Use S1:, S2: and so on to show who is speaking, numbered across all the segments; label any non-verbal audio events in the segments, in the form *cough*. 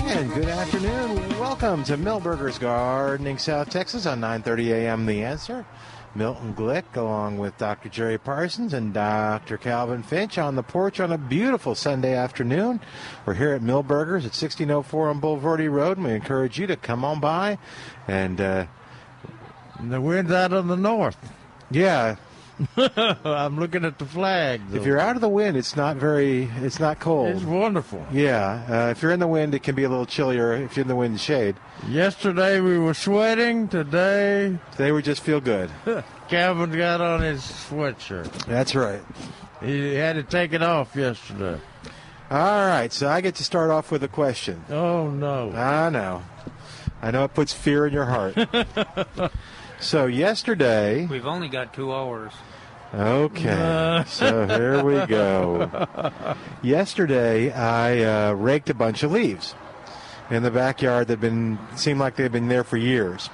S1: And good afternoon. Welcome to Millburgers Gardening South Texas on 9:30 a.m. The Answer. Milton Glick along with Dr. Jerry Parsons and Dr. Calvin Finch on the porch on a beautiful Sunday afternoon. We're here at Millburgers at 1604 on Boulevardy Road, and we encourage you to come on by. And uh,
S2: The wind's out of the north.
S1: yeah,
S2: *laughs* I'm looking at the flag.
S1: if you're out of the wind, it's not very, it's not cold. *laughs*
S2: it's wonderful.
S1: Yeah, uh, if you're in the wind, it can be a little chillier if you're in the wind shade.
S2: Yesterday we were sweating. Today,
S1: Today we just feel good.
S2: Calvin got on his sweatshirt.
S1: That's right.
S2: He had to take it off yesterday.
S1: All right, so I get to start off with a question.
S2: Oh no!
S1: I know. I know it puts fear in your
S2: *laughs*
S1: heart. so yesterday,
S3: We've only got two hours.
S1: okay. So here we go. Yesterday, I uh, raked a bunch of leaves in the backyard that been seemed like they've been there for years,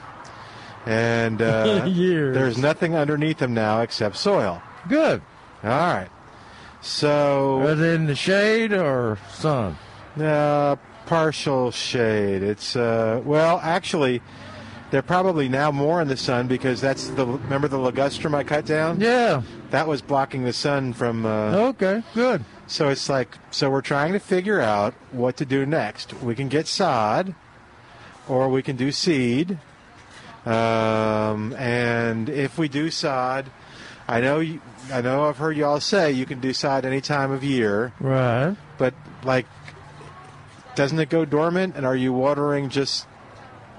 S2: *laughs*
S1: and uh,
S2: Years.
S1: There's nothing underneath them now except soil.
S2: Good.
S1: All right. So
S2: Was it in the shade or sun?
S1: Uh, partial shade. It's uh, well, actually, they're probably now more in the sun because that's the remember the ligustrum I cut down.
S2: Yeah.
S1: That was blocking the sun from. Uh,
S2: Okay. Good.
S1: So it's like so we're trying to figure out what to do next. We can get sod, or we can do seed. Um, and if we do sod, I know you, I know I've heard y'all say you can do sod any time of year
S2: Right.
S1: but like doesn't it go dormant and are you watering just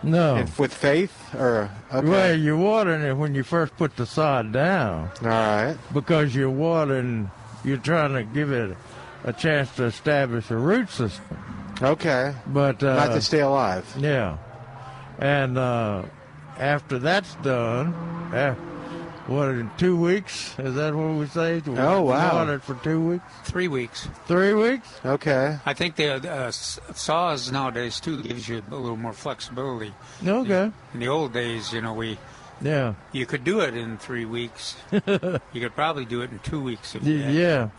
S2: No.
S1: in- with faith or okay
S2: Well, you're watering it when you first put the sod down.
S1: all right
S2: because you're watering, you're trying to give it a chance to establish a root system.
S1: okay
S2: But uh,
S1: not to stay alive
S2: yeah, and uh, after that's done, af what in two weeks? Is that what we say? We
S1: Oh, wow.
S2: Water it for two weeks,
S3: Three weeks.
S2: three weeks.
S1: okay
S3: I think the uh, s- saws nowadays too gives you a little more flexibility.
S2: Okay,
S3: In the old days, you know, we
S2: yeah,
S3: you could do it in three
S2: *laughs*
S3: weeks. you could probably do it in two weeks. If
S2: Y-
S3: you
S2: yeah.
S3: had-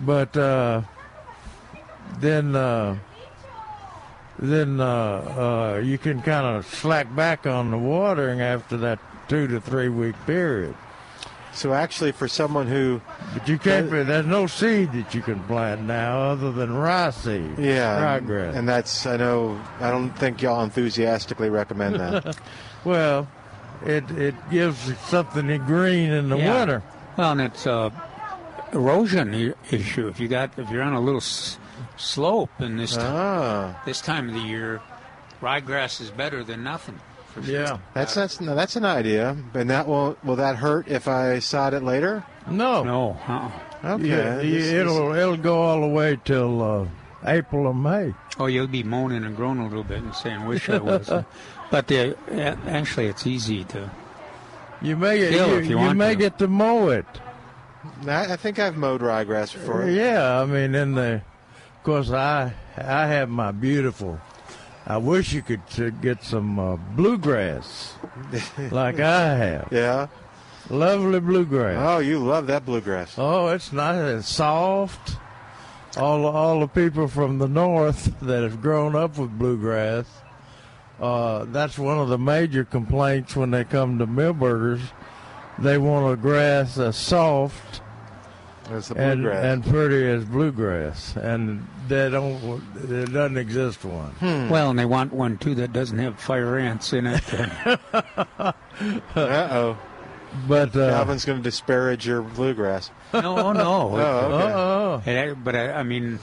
S2: But uh, then. Uh, then uh, uh, you can kind of slack back on the watering after that two to three week period.
S1: so actually for someone who
S2: But you can't. There's no seed that you can plant now other than rye seed.
S1: yeah and,
S2: ryegrass.
S1: and that's i know i don't think y'all enthusiastically recommend
S2: *laughs*
S1: that
S2: well, it it gives it something green in the
S3: Yeah.
S2: winter.
S3: Well, and it's uh, erosion i- issue. If you got if you're on a little s- slope in this t-
S1: ah
S3: this time of the year, ryegrass is better than nothing. For sure.
S2: Yeah.
S1: that's that's no, that's an idea and that will will that hurt if i sod it later
S2: No.
S3: No. Uh-uh.
S1: okay
S2: Yeah,
S1: this- this-
S2: it'll it'll go all the way till uh, April or May.
S3: Oh, you'll be moaning and groaning a little bit and saying, "Wish I
S2: *laughs*
S3: was," but the, a- actually, it's easy to.
S2: You may get
S3: Still,
S2: you,
S3: if you want
S2: may
S3: to.
S2: get to mow it.
S1: I, I think i've mowed ryegrass before
S2: Yeah, I mean, in the, of course, I I have my beautiful. I wish you could uh, get some uh, bluegrass, like I have.
S1: yeah
S2: Lovely bluegrass.
S1: oh you love that *laughs* bluegrass
S2: Oh, it's nice. It's soft. All all the people from the north that have grown up with bluegrass, uh, that's one of the major complaints when they come to Millburgers. They want a grass as soft
S1: that's the
S2: and
S1: bluegrass
S2: and pretty as bluegrass, and they don't. There doesn't exist one.
S1: Hmm.
S3: Well, and they want one too that doesn't have fire ants in
S2: *laughs*
S3: it.
S1: Uh oh.
S2: But uh,
S1: Calvin's going to disparage your bluegrass.
S3: no, no.
S1: *laughs* Oh, okay.
S2: uh-uh.
S3: It, it- but uh, I, I mean, it,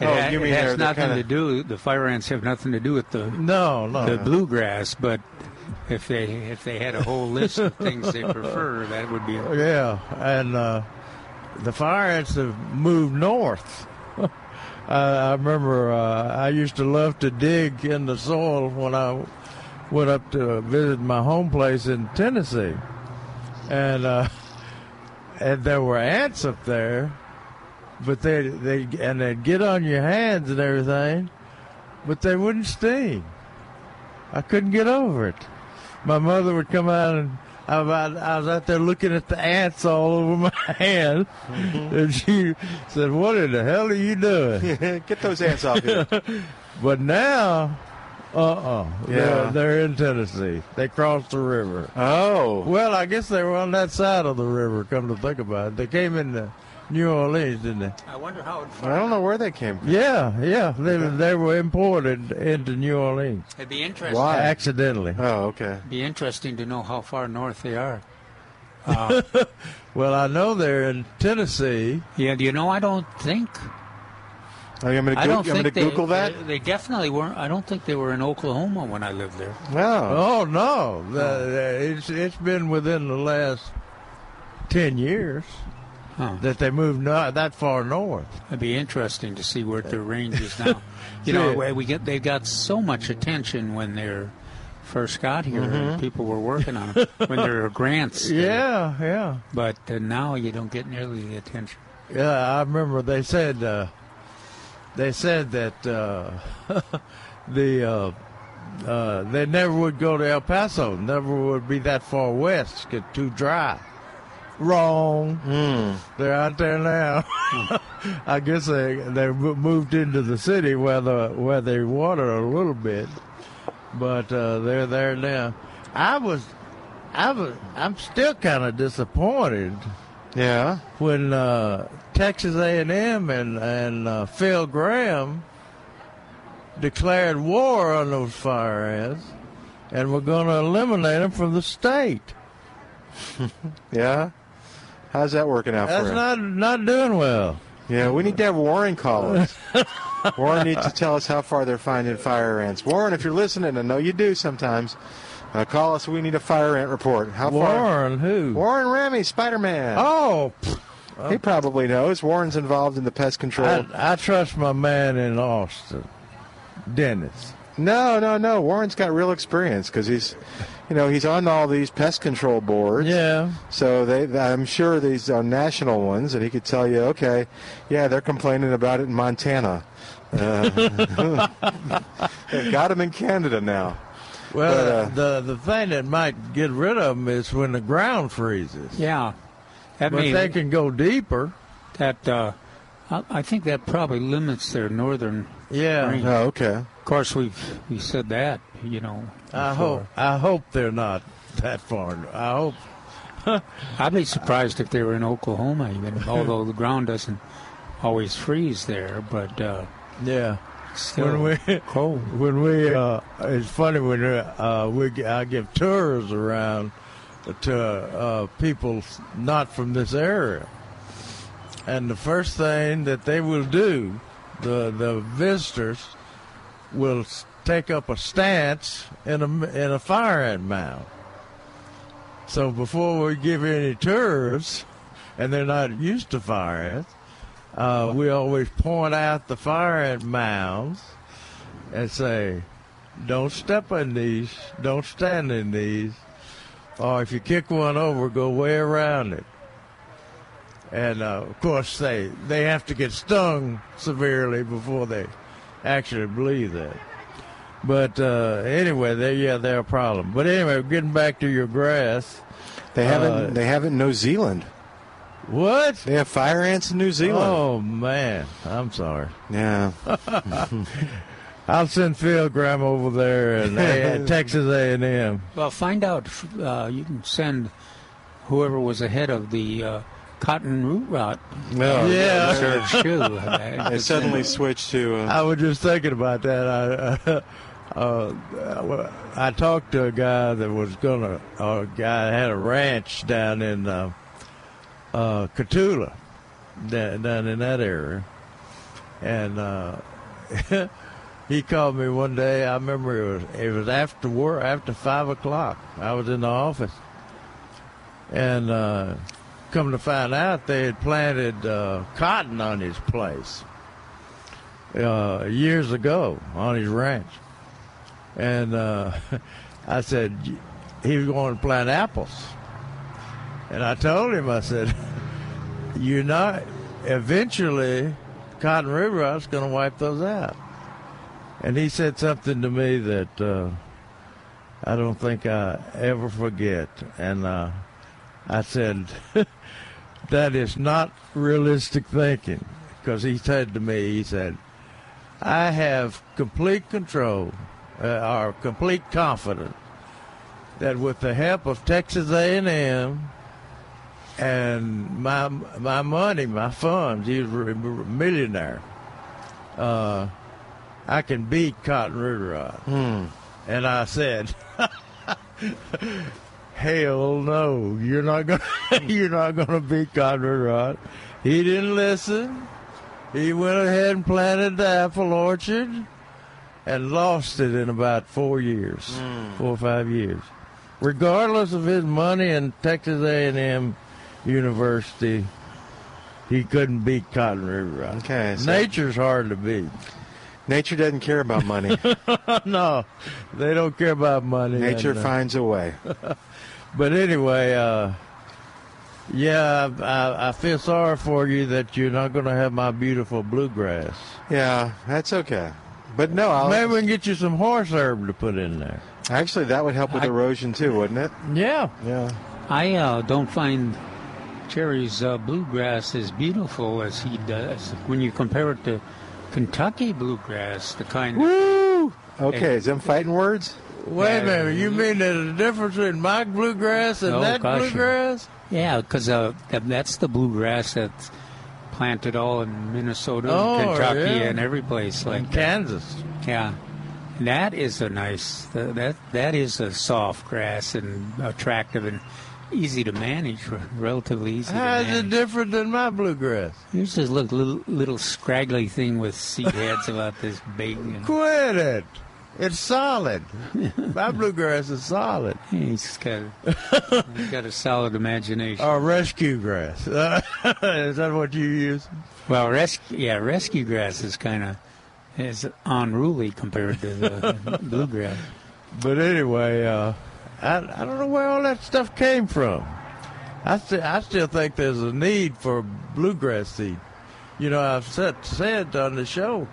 S1: Oh,
S3: ha-
S1: you
S3: it
S1: mean they're-
S3: has
S1: they're
S3: nothing
S1: kinda-
S3: to do. The fire ants have nothing to do with the
S2: no, no.
S3: the bluegrass. But if they if they had a whole list of things
S2: *laughs*
S3: they prefer, that would be.
S2: Yeah, and uh, the fire ants have moved north. *laughs* I, I remember uh, I used to love to dig in the soil when I went up to visit my home place in Tennessee, and uh, and there were ants up there, but they they and they'd get on your hands and everything, but they wouldn't sting. I couldn't get over it. My mother would come out and I was, I was out there looking at the ants all over *laughs* my hand,
S1: Mm-hmm.
S2: and she said, "What in the hell are you doing?"
S1: *laughs*
S2: *laughs*
S1: Get those ants off you.
S2: But now, uh-uh,
S1: Yeah.
S2: they're, they're in Tennessee. They crossed the river.
S1: Oh,
S2: Well, I guess they were on that side of the river. Come to think about it, they came into New Orleans, didn't they?
S3: I wonder how it'd,
S1: I don't know where they came from.
S2: Yeah, yeah. They they were imported into New Orleans
S3: it'd be interesting.
S1: Why?
S2: accidentally.
S1: Oh, okay.
S3: Be interesting to know how far north they are.
S2: *laughs* Well, I know they're in Tennessee.
S3: Yeah, do you know? I don't think.
S1: Are Oh, you going
S3: I don't
S1: to
S3: think they,
S1: Google that?
S3: They, they definitely weren't. I don't think they were in Oklahoma when I lived there.
S1: No. Oh.
S2: Oh no, The- it's it's been within the last ten years
S3: Huh.
S2: that they moved not that far north.
S3: It'd be interesting to see where their range
S1: *laughs*
S3: is now. you
S2: See.
S3: know, we- we get they got so much attention when they're first got here.
S1: Mm-hmm.
S3: and People were working on them when there
S1: *laughs*
S3: were grants.
S2: Yeah, yeah,
S3: but uh, now you don't get nearly the attention.
S2: yeah. I remember they said uh, they said that uh, *laughs* the uh, uh, they never would go to El Paso. Never would be that far west. Get too dry. Wrong.
S1: Hmm.
S2: They're out there now. *laughs* I guess they they mo- moved into the city where the where they water a little bit, but uh, they're there now. I was, I was, I'm still kind of disappointed
S1: Yeah.
S2: when uh, Texas A&M and and uh, Phil Graham declared war on those fire ants, and we're going to eliminate them from the state.
S1: Yeah. *laughs* How's that working out
S2: That's
S1: for you?
S2: not not doing well.
S1: yeah, we need to have Warren call us. Warren needs to tell us how far they're finding fire ants. Warren, if you're listening, I know you do sometimes. Uh, call us. We need a fire ant report. How far?
S2: Warren, who?
S1: Warren Remy, Spider Man.
S2: Oh,
S1: He probably knows. Warren's involved in the pest control.
S2: I, I trust my man in Austin, Dennis.
S1: No, no, no. Warren's got real experience because he's, you know, he's on all these pest control boards.
S2: Yeah,
S1: So they, I'm sure these are national ones, and he could tell you, okay, yeah, they're complaining about it in Montana. Uh, *laughs* they've got them in Canada now.
S2: well,
S1: But,
S2: the the thing that might get rid of them is when the ground freezes.
S3: Yeah, that
S2: But
S3: may
S2: they can go deeper.
S3: that. Uh, I, I think that probably limits their northern.
S2: Yeah.
S3: range.
S1: Oh, okay.
S3: Of course, we've we said that. You know.
S2: I
S3: before.
S2: hope I hope they're not that far. I hope
S3: *laughs* I'd be surprised if they were in Oklahoma,
S2: *laughs*
S3: even although the ground doesn't always freeze there, but uh,
S2: yeah.
S3: still
S2: When we-
S3: cold.
S2: *laughs* When we uh, it's funny when uh, we g- I give tours around to uh, people not from this area, and the first thing that they will do, the the visitors will s- take up a stance in a m- in a fire ant mound. So before we give any tours, and they're not used to fire ants, uh, we always point out the fire ant mounds and say, "Don't step on these. Don't stand in these. Or if you kick one over, go way around it." And uh, of course, they they have to get stung severely before they actually believe that. But uh, anyway, they yeah, they're a problem. But anyway, getting back to your grass,
S1: They haven't.
S2: Uh,
S1: they haven't in New Zealand.
S2: what?
S1: They have fire ants in New Zealand.
S2: Oh man, I'm sorry.
S1: Yeah.
S2: *laughs* I'll send Phil Graham over there
S1: *laughs*
S2: and A- Texas A&M.
S3: Well, find out. Uh, you can send whoever was ahead of the uh, cotton root rot
S1: No.
S2: Yeah.
S3: research,
S1: *laughs*
S3: too. I
S1: They suddenly switched to. Uh,
S2: I was just thinking about that. I uh, uh, I talked to a guy that was gonna a guy that had a ranch down in uh, uh, Catula, da- down in that area, and uh, *laughs* he called me one day. I remember it was it was after work, after five o'clock. I was in the office, and uh, come to find out, they had planted uh, cotton on his place uh, years ago on his ranch, and uh, *laughs* I said he was going to plant apples, and I told him I said, "You're not. Eventually, Cotton River rot's going to wipe those out." And he said something to me that uh, I don't think I ever forget, and uh, I said. *laughs* That is not realistic thinking, because he said to me, he said, I have complete control uh, or complete confidence that with the help of Texas A&M and my my money, my funds, he's a millionaire. Uh, I can beat Cotton Rudderod. And I said, *laughs* "Hell no, you're not going. *laughs* you're not going to beat Cotton Rudderod." He didn't listen. He went ahead and planted the apple orchard and lost it in about four years,
S1: Hmm.
S2: four or five years. Regardless of his money and Texas A&M University, he couldn't beat Cotton River. Rock.
S1: Okay, so-
S2: nature's hard to beat.
S1: Nature doesn't care about money.
S2: *laughs* no, they don't care about money.
S1: Nature
S2: and, uh,
S1: finds a way.
S2: *laughs* But anyway, uh, yeah, I, I, I feel sorry for you that you're not going to have my beautiful bluegrass.
S1: Yeah, that's okay. But no, I'll,
S2: Maybe we can get you some horse herb to put in there.
S1: actually, that would help with
S3: I-
S1: erosion too, wouldn't it?
S2: Yeah.
S1: Yeah.
S3: I uh, don't find Jerry's uh, bluegrass as beautiful as he does when you compare it to Kentucky bluegrass, the kind.
S1: Woo! Okay, is them fighting words?
S2: Wait a
S3: Yeah.
S2: minute. You mean there's a difference between my bluegrass and
S3: Oh,
S2: that
S3: gosh, yeah.
S2: bluegrass?
S3: Yeah, because uh, that, that's the bluegrass that's planted all in Minnesota,
S2: Oh,
S3: and Kentucky,
S2: yeah.
S3: and every place like
S2: In Kansas.
S3: that. Yeah, And that is a nice that that, that is a soft grass and attractive and easy to manage, r- relatively easy.
S2: How
S3: to
S2: is it
S3: manage.
S2: different than my bluegrass?
S3: Yours just look little little scraggly thing with seed heads about this big. And,
S2: Quit it.
S3: *laughs*
S2: It's solid. my bluegrass is solid.
S3: he's got he's got a solid imagination.
S2: Or Uh, rescue grass. *laughs* is that what you use?
S3: Well, rescue, yeah, rescue grass is kind of is unruly compared to the
S2: *laughs*
S3: bluegrass.
S2: But anyway, uh, I, I don't know where all that stuff came from. I, st- I still think there's a need for bluegrass seed. You know, I've said, said on the show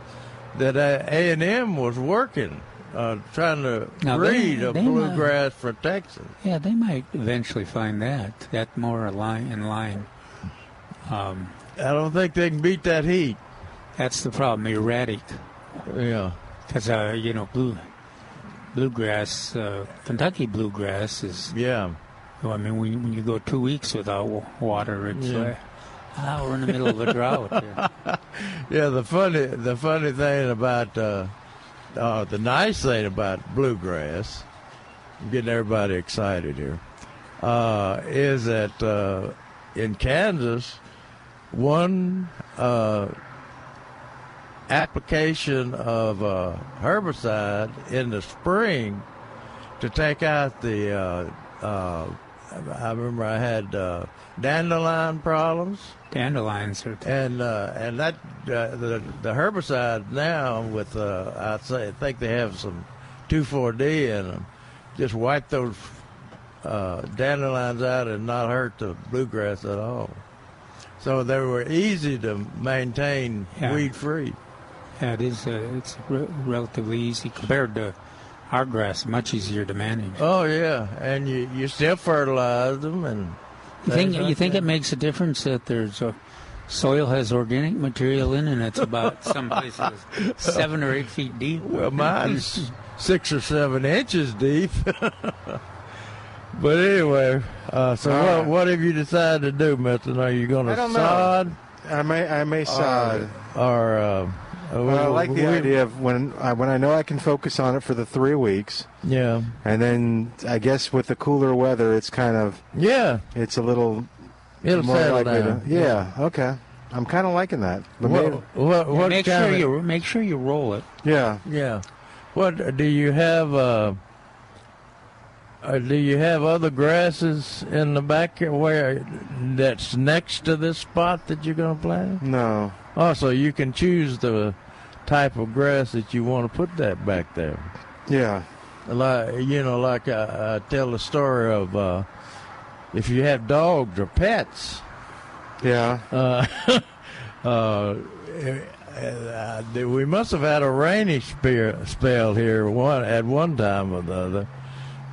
S2: that uh, A&M was working, uh, trying to
S3: Now, they-
S2: breed a
S3: they might-
S2: bluegrass for Texas.
S3: Yeah, they might eventually find that that more align in line. Um,
S2: I don't think they can beat that heat.
S3: that's the problem, erratic,
S2: Yeah.
S3: because uh, you know blue bluegrass, uh, Kentucky bluegrass is.
S2: Yeah.
S3: I mean, when, when you go two weeks without wa- water, it's
S2: Yeah.
S3: like, ah, we're in the middle of a
S2: *laughs*
S3: drought. here."
S2: Yeah, the funny the funny thing about uh, uh, the nice thing about bluegrass, I'm getting everybody excited here, uh, is that uh, in Kansas, one uh, application of uh, herbicide in the spring to take out the uh, uh, I remember I had uh, dandelion problems
S3: Dandelions are.
S2: and uh, and that uh, the the herbicide now with uh, I say I think they have some 2,4-D in them. Just wipe those uh, dandelions out and not hurt the bluegrass at all. So they were easy to maintain
S3: Yeah.
S2: weed free.
S3: Yeah, it is. Uh, it's re- relatively easy compared to our grass. Much easier to manage.
S2: Oh yeah, and you you still fertilize them and
S3: You think
S2: things like
S3: you think
S2: that.
S3: it makes a difference that there's a soil has organic material in, and it's
S2: *laughs*
S3: about some places seven or eight feet deep. *laughs*
S2: Well, mine's six or seven inches deep. *laughs* but anyway, uh, so
S1: All
S2: what,
S1: right.
S2: what have you decided to do, Milton? Are you going
S1: I
S2: to
S1: don't know.
S2: sod
S1: I may, I may sod.
S2: or? Uh,
S1: Well, I like the
S2: we-
S1: idea of when I, when I know I can focus on it for the three weeks,
S2: Yeah,
S1: and then I guess with the cooler weather, it's kind of
S2: yeah,
S1: it's a little
S2: it'll
S1: more
S2: settle
S1: likely
S2: down.
S1: to. Yeah, okay. I'm kind of liking that. But
S2: What,
S1: maybe-
S2: what, what
S3: make
S2: kind
S3: sure
S2: of-
S3: you make sure you roll it.
S1: yeah.
S2: Yeah. What do you have? Uh, uh, do you have other grasses in the back here where that's next to this spot that you're going to plant?
S1: No.
S2: Also, you can choose the type of grass that you want to put that back there.
S1: Yeah.
S2: Like you know, like I, I tell the story of uh, if you have dogs or pets,
S1: Yeah.
S2: uh, *laughs* uh, eh, eh, uh, we must have had a rainy spear, spell here one at one time or the other.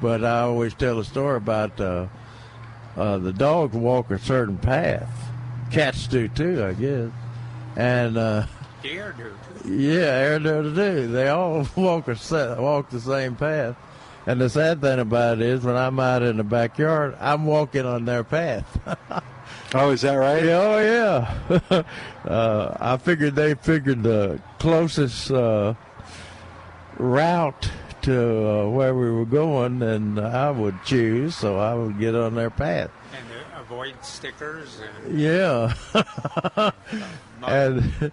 S2: But I always tell a story about uh, uh, the dogs walk a certain path. Cats do too, I guess. And uh,
S3: the air do.
S2: Yeah, air does do. They all *laughs* walk a set, walk the same path. And the sad thing about it is, when I'm out in the backyard, I'm walking on their path.
S1: *laughs* Oh, is that right?
S2: Yeah, oh yeah. *laughs* uh, I figured they figured the closest uh, route to uh, where we were going, and I would choose, so I would get on their path.
S3: And uh, avoid stickers and
S2: Yeah, *laughs*
S3: mud.
S2: and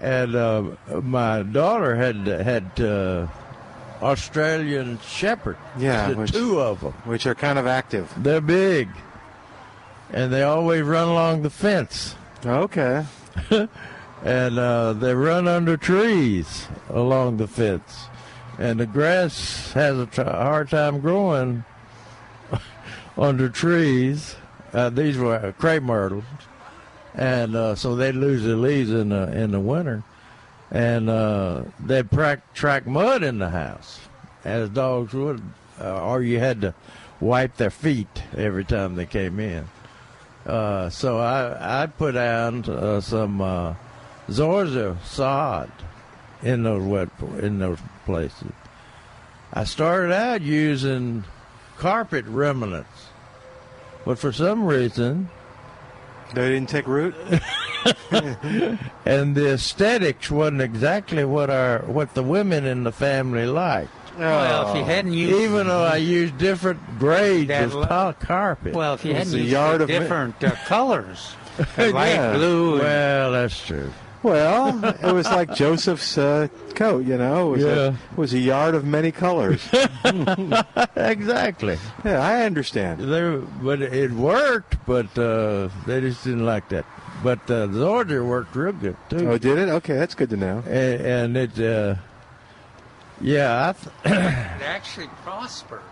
S2: and uh, my daughter had had uh, Australian Shepherd.
S1: Yeah,
S2: the
S1: which-
S2: two of them.
S1: Which are kind of active.
S2: They're big, and they always run along the fence.
S1: Okay.
S2: *laughs* and uh, they run under trees along the fence, and the grass has a tr- hard time growing under trees. Uh, these were crepe myrtles, and uh, so they lose their leaves in the in the winter, and uh, they track track mud in the house, as dogs would, uh, or you had to wipe their feet every time they came in. Uh, so I I put down uh, some uh, Zorza sod in those wet in those places. I started out using carpet remnants, but for some reason,
S1: They didn't take root?
S2: *laughs* and the aesthetics wasn't exactly what our what the women in the family liked.
S3: Well, if
S1: Oh.
S3: you hadn't used
S2: Even though I used different grades
S3: That
S2: of
S3: lo-
S2: tile carpet.
S3: well, if you
S1: It's
S3: hadn't
S1: a
S3: used
S1: yard
S3: the
S1: of mi-
S3: different uh,
S2: *laughs*
S3: colors, the light
S1: Yeah.
S3: blue. and-
S2: well, that's true.
S1: Well, it was like Joseph's uh, coat, you know. It was, a,
S2: Yeah.
S1: it was a yard of many colors.
S2: Exactly.
S1: yeah, I understand.
S2: They, but it worked, but uh, they just didn't like that. But uh, the order worked real good too,
S1: Oh, did it? Okay, that's good to know.
S2: and, and it, uh, yeah, I th-
S3: *coughs* It actually prospered,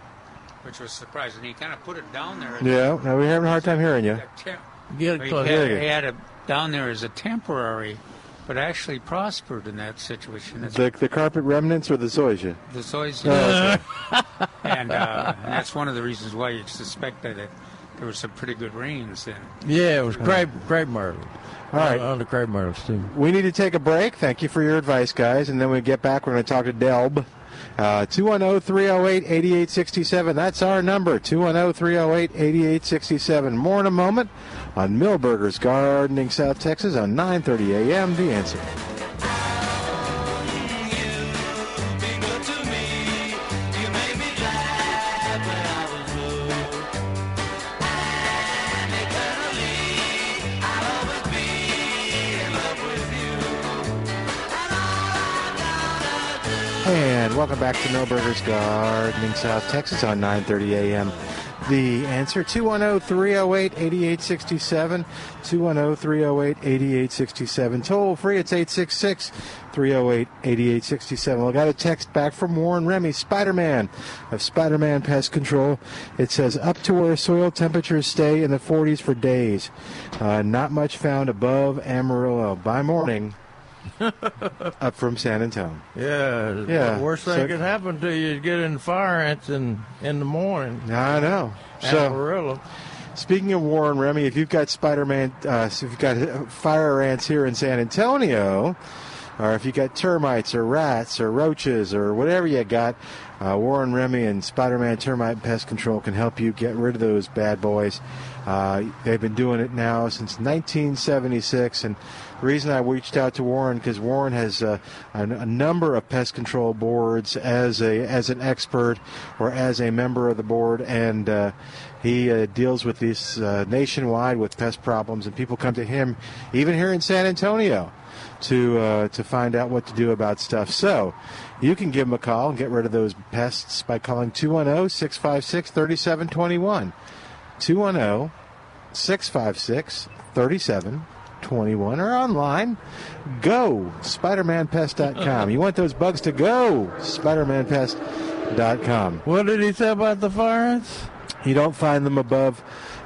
S3: which was surprising. He kind of put it down there. as
S1: Yeah, now we're having a hard time hearing you.
S3: a temp-
S2: get
S3: he
S2: close.
S3: had,
S1: Yeah.
S3: he had it down there as a temporary, but actually prospered in that situation. That's
S1: The, the carpet remnants or the zoysia?
S3: the soy's
S1: Oh,
S3: and, uh, and that's one of the reasons why you suspect that it, there were some pretty good rains then.
S2: yeah, it was crepe crepe myrtle.
S1: Uh-huh. All right.
S2: on the crepe myrtles too.
S1: We need to take a break. Thank you for your advice, guys. And then when we get back, we're going to talk to Delb. Uh, 210 308 8867. That's our number oh, 210 308 8867. More in a moment on Millburgers Gardening, South Texas on 930 a.m. The answer. And welcome back to Millburgers Gardening, South Texas on 9:30 a.m. The answer oh, 210-308-8867, oh, 210-308-8867. Toll free it's 866-308-8867. Well, I got a text back from Warren Remy, Spider-Man of Spider-Man Pest Control. It says up to where soil temperatures stay in the 40s for days. Uh, not much found above Amarillo by morning. up from San Antonio.
S2: Yeah,
S1: Yeah,
S2: The worst thing
S1: so-
S2: that could happen to you is get in fire ants in in the morning.
S1: I know. So,
S2: Amarillo.
S1: speaking of Warren Remy, if you've got Spider-Man, uh, so if you've got uh, fire ants here in San Antonio, or if you got termites or rats or roaches or whatever you got, uh, Warren Remy and Spider-Man Termite Pest Control can help you get rid of those bad boys. Uh, they've been doing it now since 1976, and the reason I reached out to Warren because Warren has uh, a, a number of pest control boards as a as an expert or as a member of the board, and uh, he uh, deals with this uh, nationwide with pest problems, and people come to him, even here in San Antonio, to uh, to find out what to do about stuff. So you can give him a call and get rid of those pests by calling oh, 210 656 3721. 210 656 3721 or online go spidermanpest.com you want those bugs to go spidermanpest.com
S2: What did he say about the fire ants?
S1: you don't find them above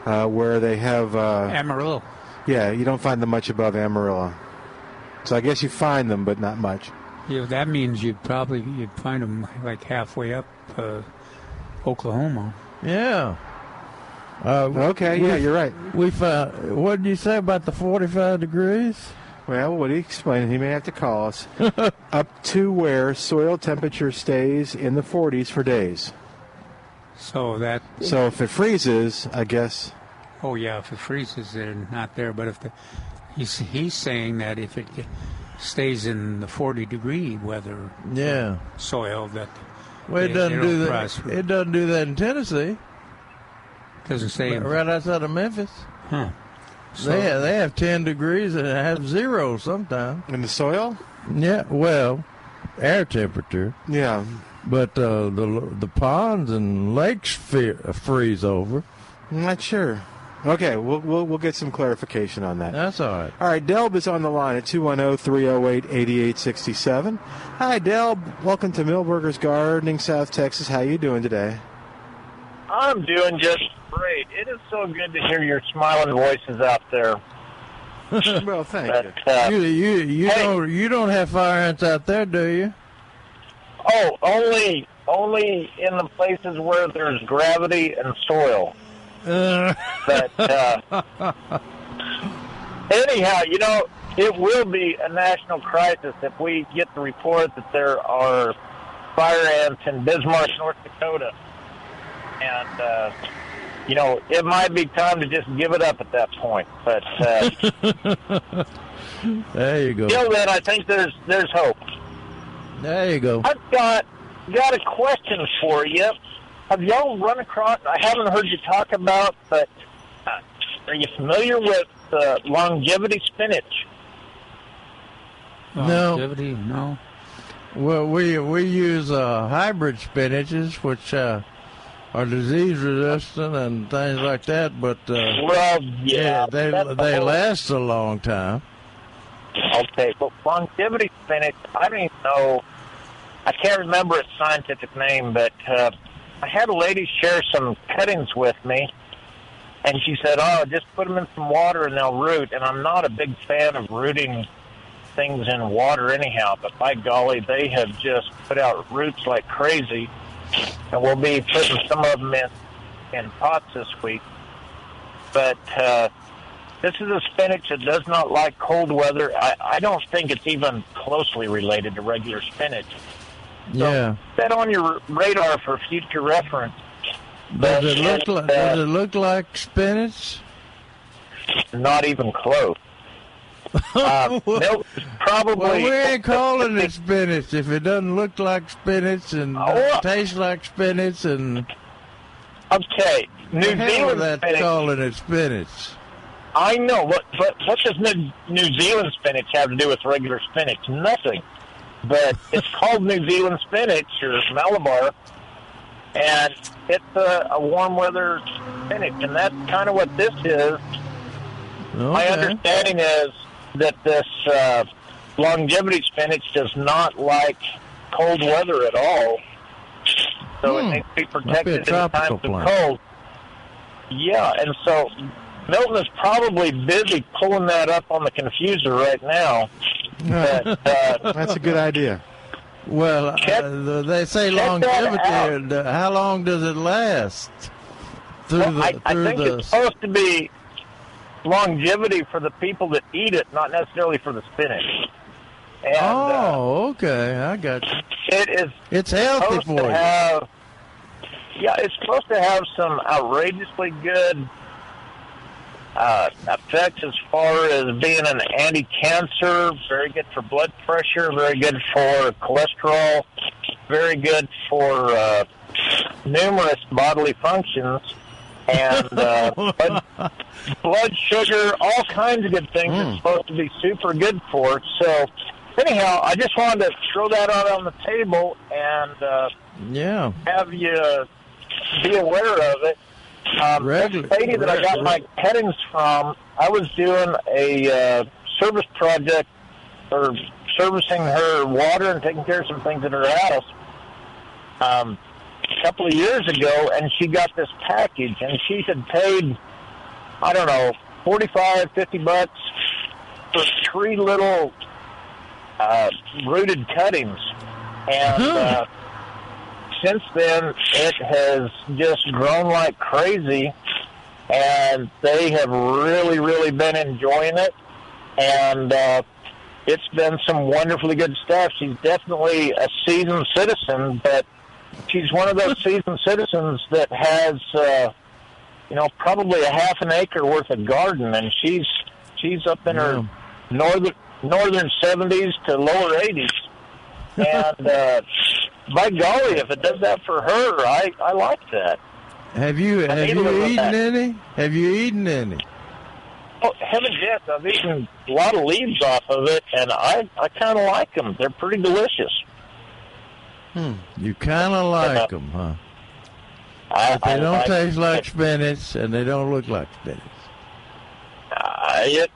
S1: uh, where they have uh,
S3: Amarillo.
S1: yeah you don't find them much above amarillo so i guess you find them but not much
S3: Yeah, that means you'd probably you'd find them like halfway up uh, Oklahoma.
S2: Yeah. Uh,
S1: okay yeah you're right
S2: We found. What did you say about the forty-five degrees?
S1: Well, what he explained, he may have to call
S2: *laughs*
S1: us up to where soil temperature stays in the 40s for days.
S3: So that,
S1: So if it freezes, I guess
S3: oh yeah, if it freezes, they're not there. But if the, he's he's saying that if it stays in the 40 degree weather uh,
S2: Yeah.
S3: soil, that
S2: Well, it
S3: they-
S2: doesn't
S3: they
S2: do
S3: don't
S2: that.
S3: prosper.
S2: It doesn't do that in Tennessee.
S3: doesn't stay. in-
S2: Right outside of Memphis,
S3: Huh. So,
S2: they have, they have ten degrees and have zero sometimes.
S1: in the soil.
S2: Yeah, well, air temperature,
S1: Yeah,
S2: but uh, the the ponds and lakes fe- uh, freeze over.
S1: I'm not sure. Okay, we'll we'll, we'll get some clarification on that.
S2: That's all right.
S1: All right, Delb is on the line at oh, 210-308-8867. Hi, Delb. Welcome to Millburgers Gardening, South Texas. How you doing today?
S4: I'm doing just great. It is so good to hear your smiling voices out there.
S1: *laughs* well, thank
S4: But,
S1: you.
S2: You
S4: uh,
S2: you you
S4: Hey.
S2: don't you don't have fire ants out there, do you?
S4: oh, only only in the places where there's gravity and soil.
S2: Uh,
S4: But uh, anyhow, you know, it will be a national crisis if we get the report that there are fire ants in Bismarck, North Dakota, and. Uh, you know, it might be time to just give it up at that point. But uh,
S2: *laughs* there you go.
S4: till then, I think there's there's hope.
S2: There you go.
S4: I've got got a question for you. Have y'all run across? I haven't heard you talk about, but uh, are you familiar with uh, longevity spinach?
S2: No.
S3: longevity, no.
S2: Well, we we use uh, hybrid spinaches, which uh, are disease resistant and things like that. But uh,
S4: Well,
S2: yeah,
S4: yeah,
S2: they
S4: that's the
S2: they
S4: whole-
S2: last a long time.
S4: Okay, but longevity spinach, I don't even know. I can't remember its scientific name, but uh, I had a lady share some cuttings with me, and she said, "Oh, just put them in some water and they'll root." And I'm not a big fan of rooting things in water, anyhow. But by golly, they have just put out roots like crazy, and we'll be putting some of them in in pots this week. But uh, this is a spinach that does not like cold weather. I, I don't think it's even closely related to regular spinach.
S2: Yeah.
S4: Put That on your radar for future reference.
S2: Does
S4: But
S2: it look like
S4: uh,
S2: Does it look like spinach?
S4: Not even close.
S2: *laughs*
S4: Uh, nope, it's probably.
S2: Well, we
S4: *laughs*
S2: ain't calling it spinach if it doesn't look like spinach and
S4: Oh.
S2: doesn't taste like spinach and
S4: Okay, New
S2: the hell with
S4: Zealand
S2: that
S4: spinach.
S2: calling it spinach.
S4: I know. What, what what does New, New Zealand spinach have to do with regular spinach? Nothing. But it's called New Zealand spinach or Malabar, and it's a, a warm weather spinach, and that's kind of what this is. My
S2: Okay.
S4: understanding is that this uh, longevity spinach does not like cold weather at all, so
S2: Hmm.
S4: it needs
S2: Must
S4: to be
S2: be a
S4: protected in
S2: tropical
S4: times
S2: plant.
S4: of cold. Yeah, and so Milton is probably busy pulling that up on the confuser right now. But
S1: *laughs*
S4: uh,
S1: That's a good idea.
S2: Well,
S4: Check-
S2: uh, they say
S4: check that
S2: longevity. uh, How long does it last? Through the
S4: I, I
S2: through
S4: think
S2: the
S4: it's supposed to be longevity for the people that eat it, not necessarily for the spinach. And, uh,
S2: oh, okay, I got you.
S4: it is
S2: It's healthy
S4: supposed
S2: for
S4: to
S2: you.
S4: have. Yeah, it's supposed to have some outrageously good uh, effects as far as being an anti-cancer. Very good for blood pressure. Very good for cholesterol. Very good for uh, numerous bodily functions. And uh, blood, blood sugar, all kinds of good things it's supposed to be super good for. So, anyhow, I just wanted to throw that out on the table and uh,
S2: yeah,
S4: have you uh, be aware of it. Um,
S2: Regular-
S4: this lady that I got my cuttings from, I was doing a uh, service project or servicing her water and taking care of some things in her house um, a couple of years ago, and she got this package, and she had paid, I don't know, 45, 50 bucks for three little uh, rooted cuttings. And
S2: Uh-huh.
S4: uh, since then, it has just grown like crazy, and they have really, really been enjoying it. And uh, it's been some wonderfully good stuff. She's definitely a seasoned citizen, but she's one of those seasoned citizens that has, uh, you know, probably a half an acre worth of garden, and she's she's up in her northern northern seventies to lower eighties, and uh, by golly, if it does that for her, I I like that.
S2: Have you
S4: I
S2: have
S4: need a little
S2: you
S4: of
S2: eaten
S4: that.
S2: any? Have you eaten any?
S4: Oh, heaven yes, I've eaten a lot of leaves off of it, and I I kind of like them. They're pretty delicious.
S2: You kind of like them, huh?
S4: Uh, I,
S2: They
S4: I
S2: don't
S4: like,
S2: taste like spinach, and they don't look like spinach.
S4: Uh, it's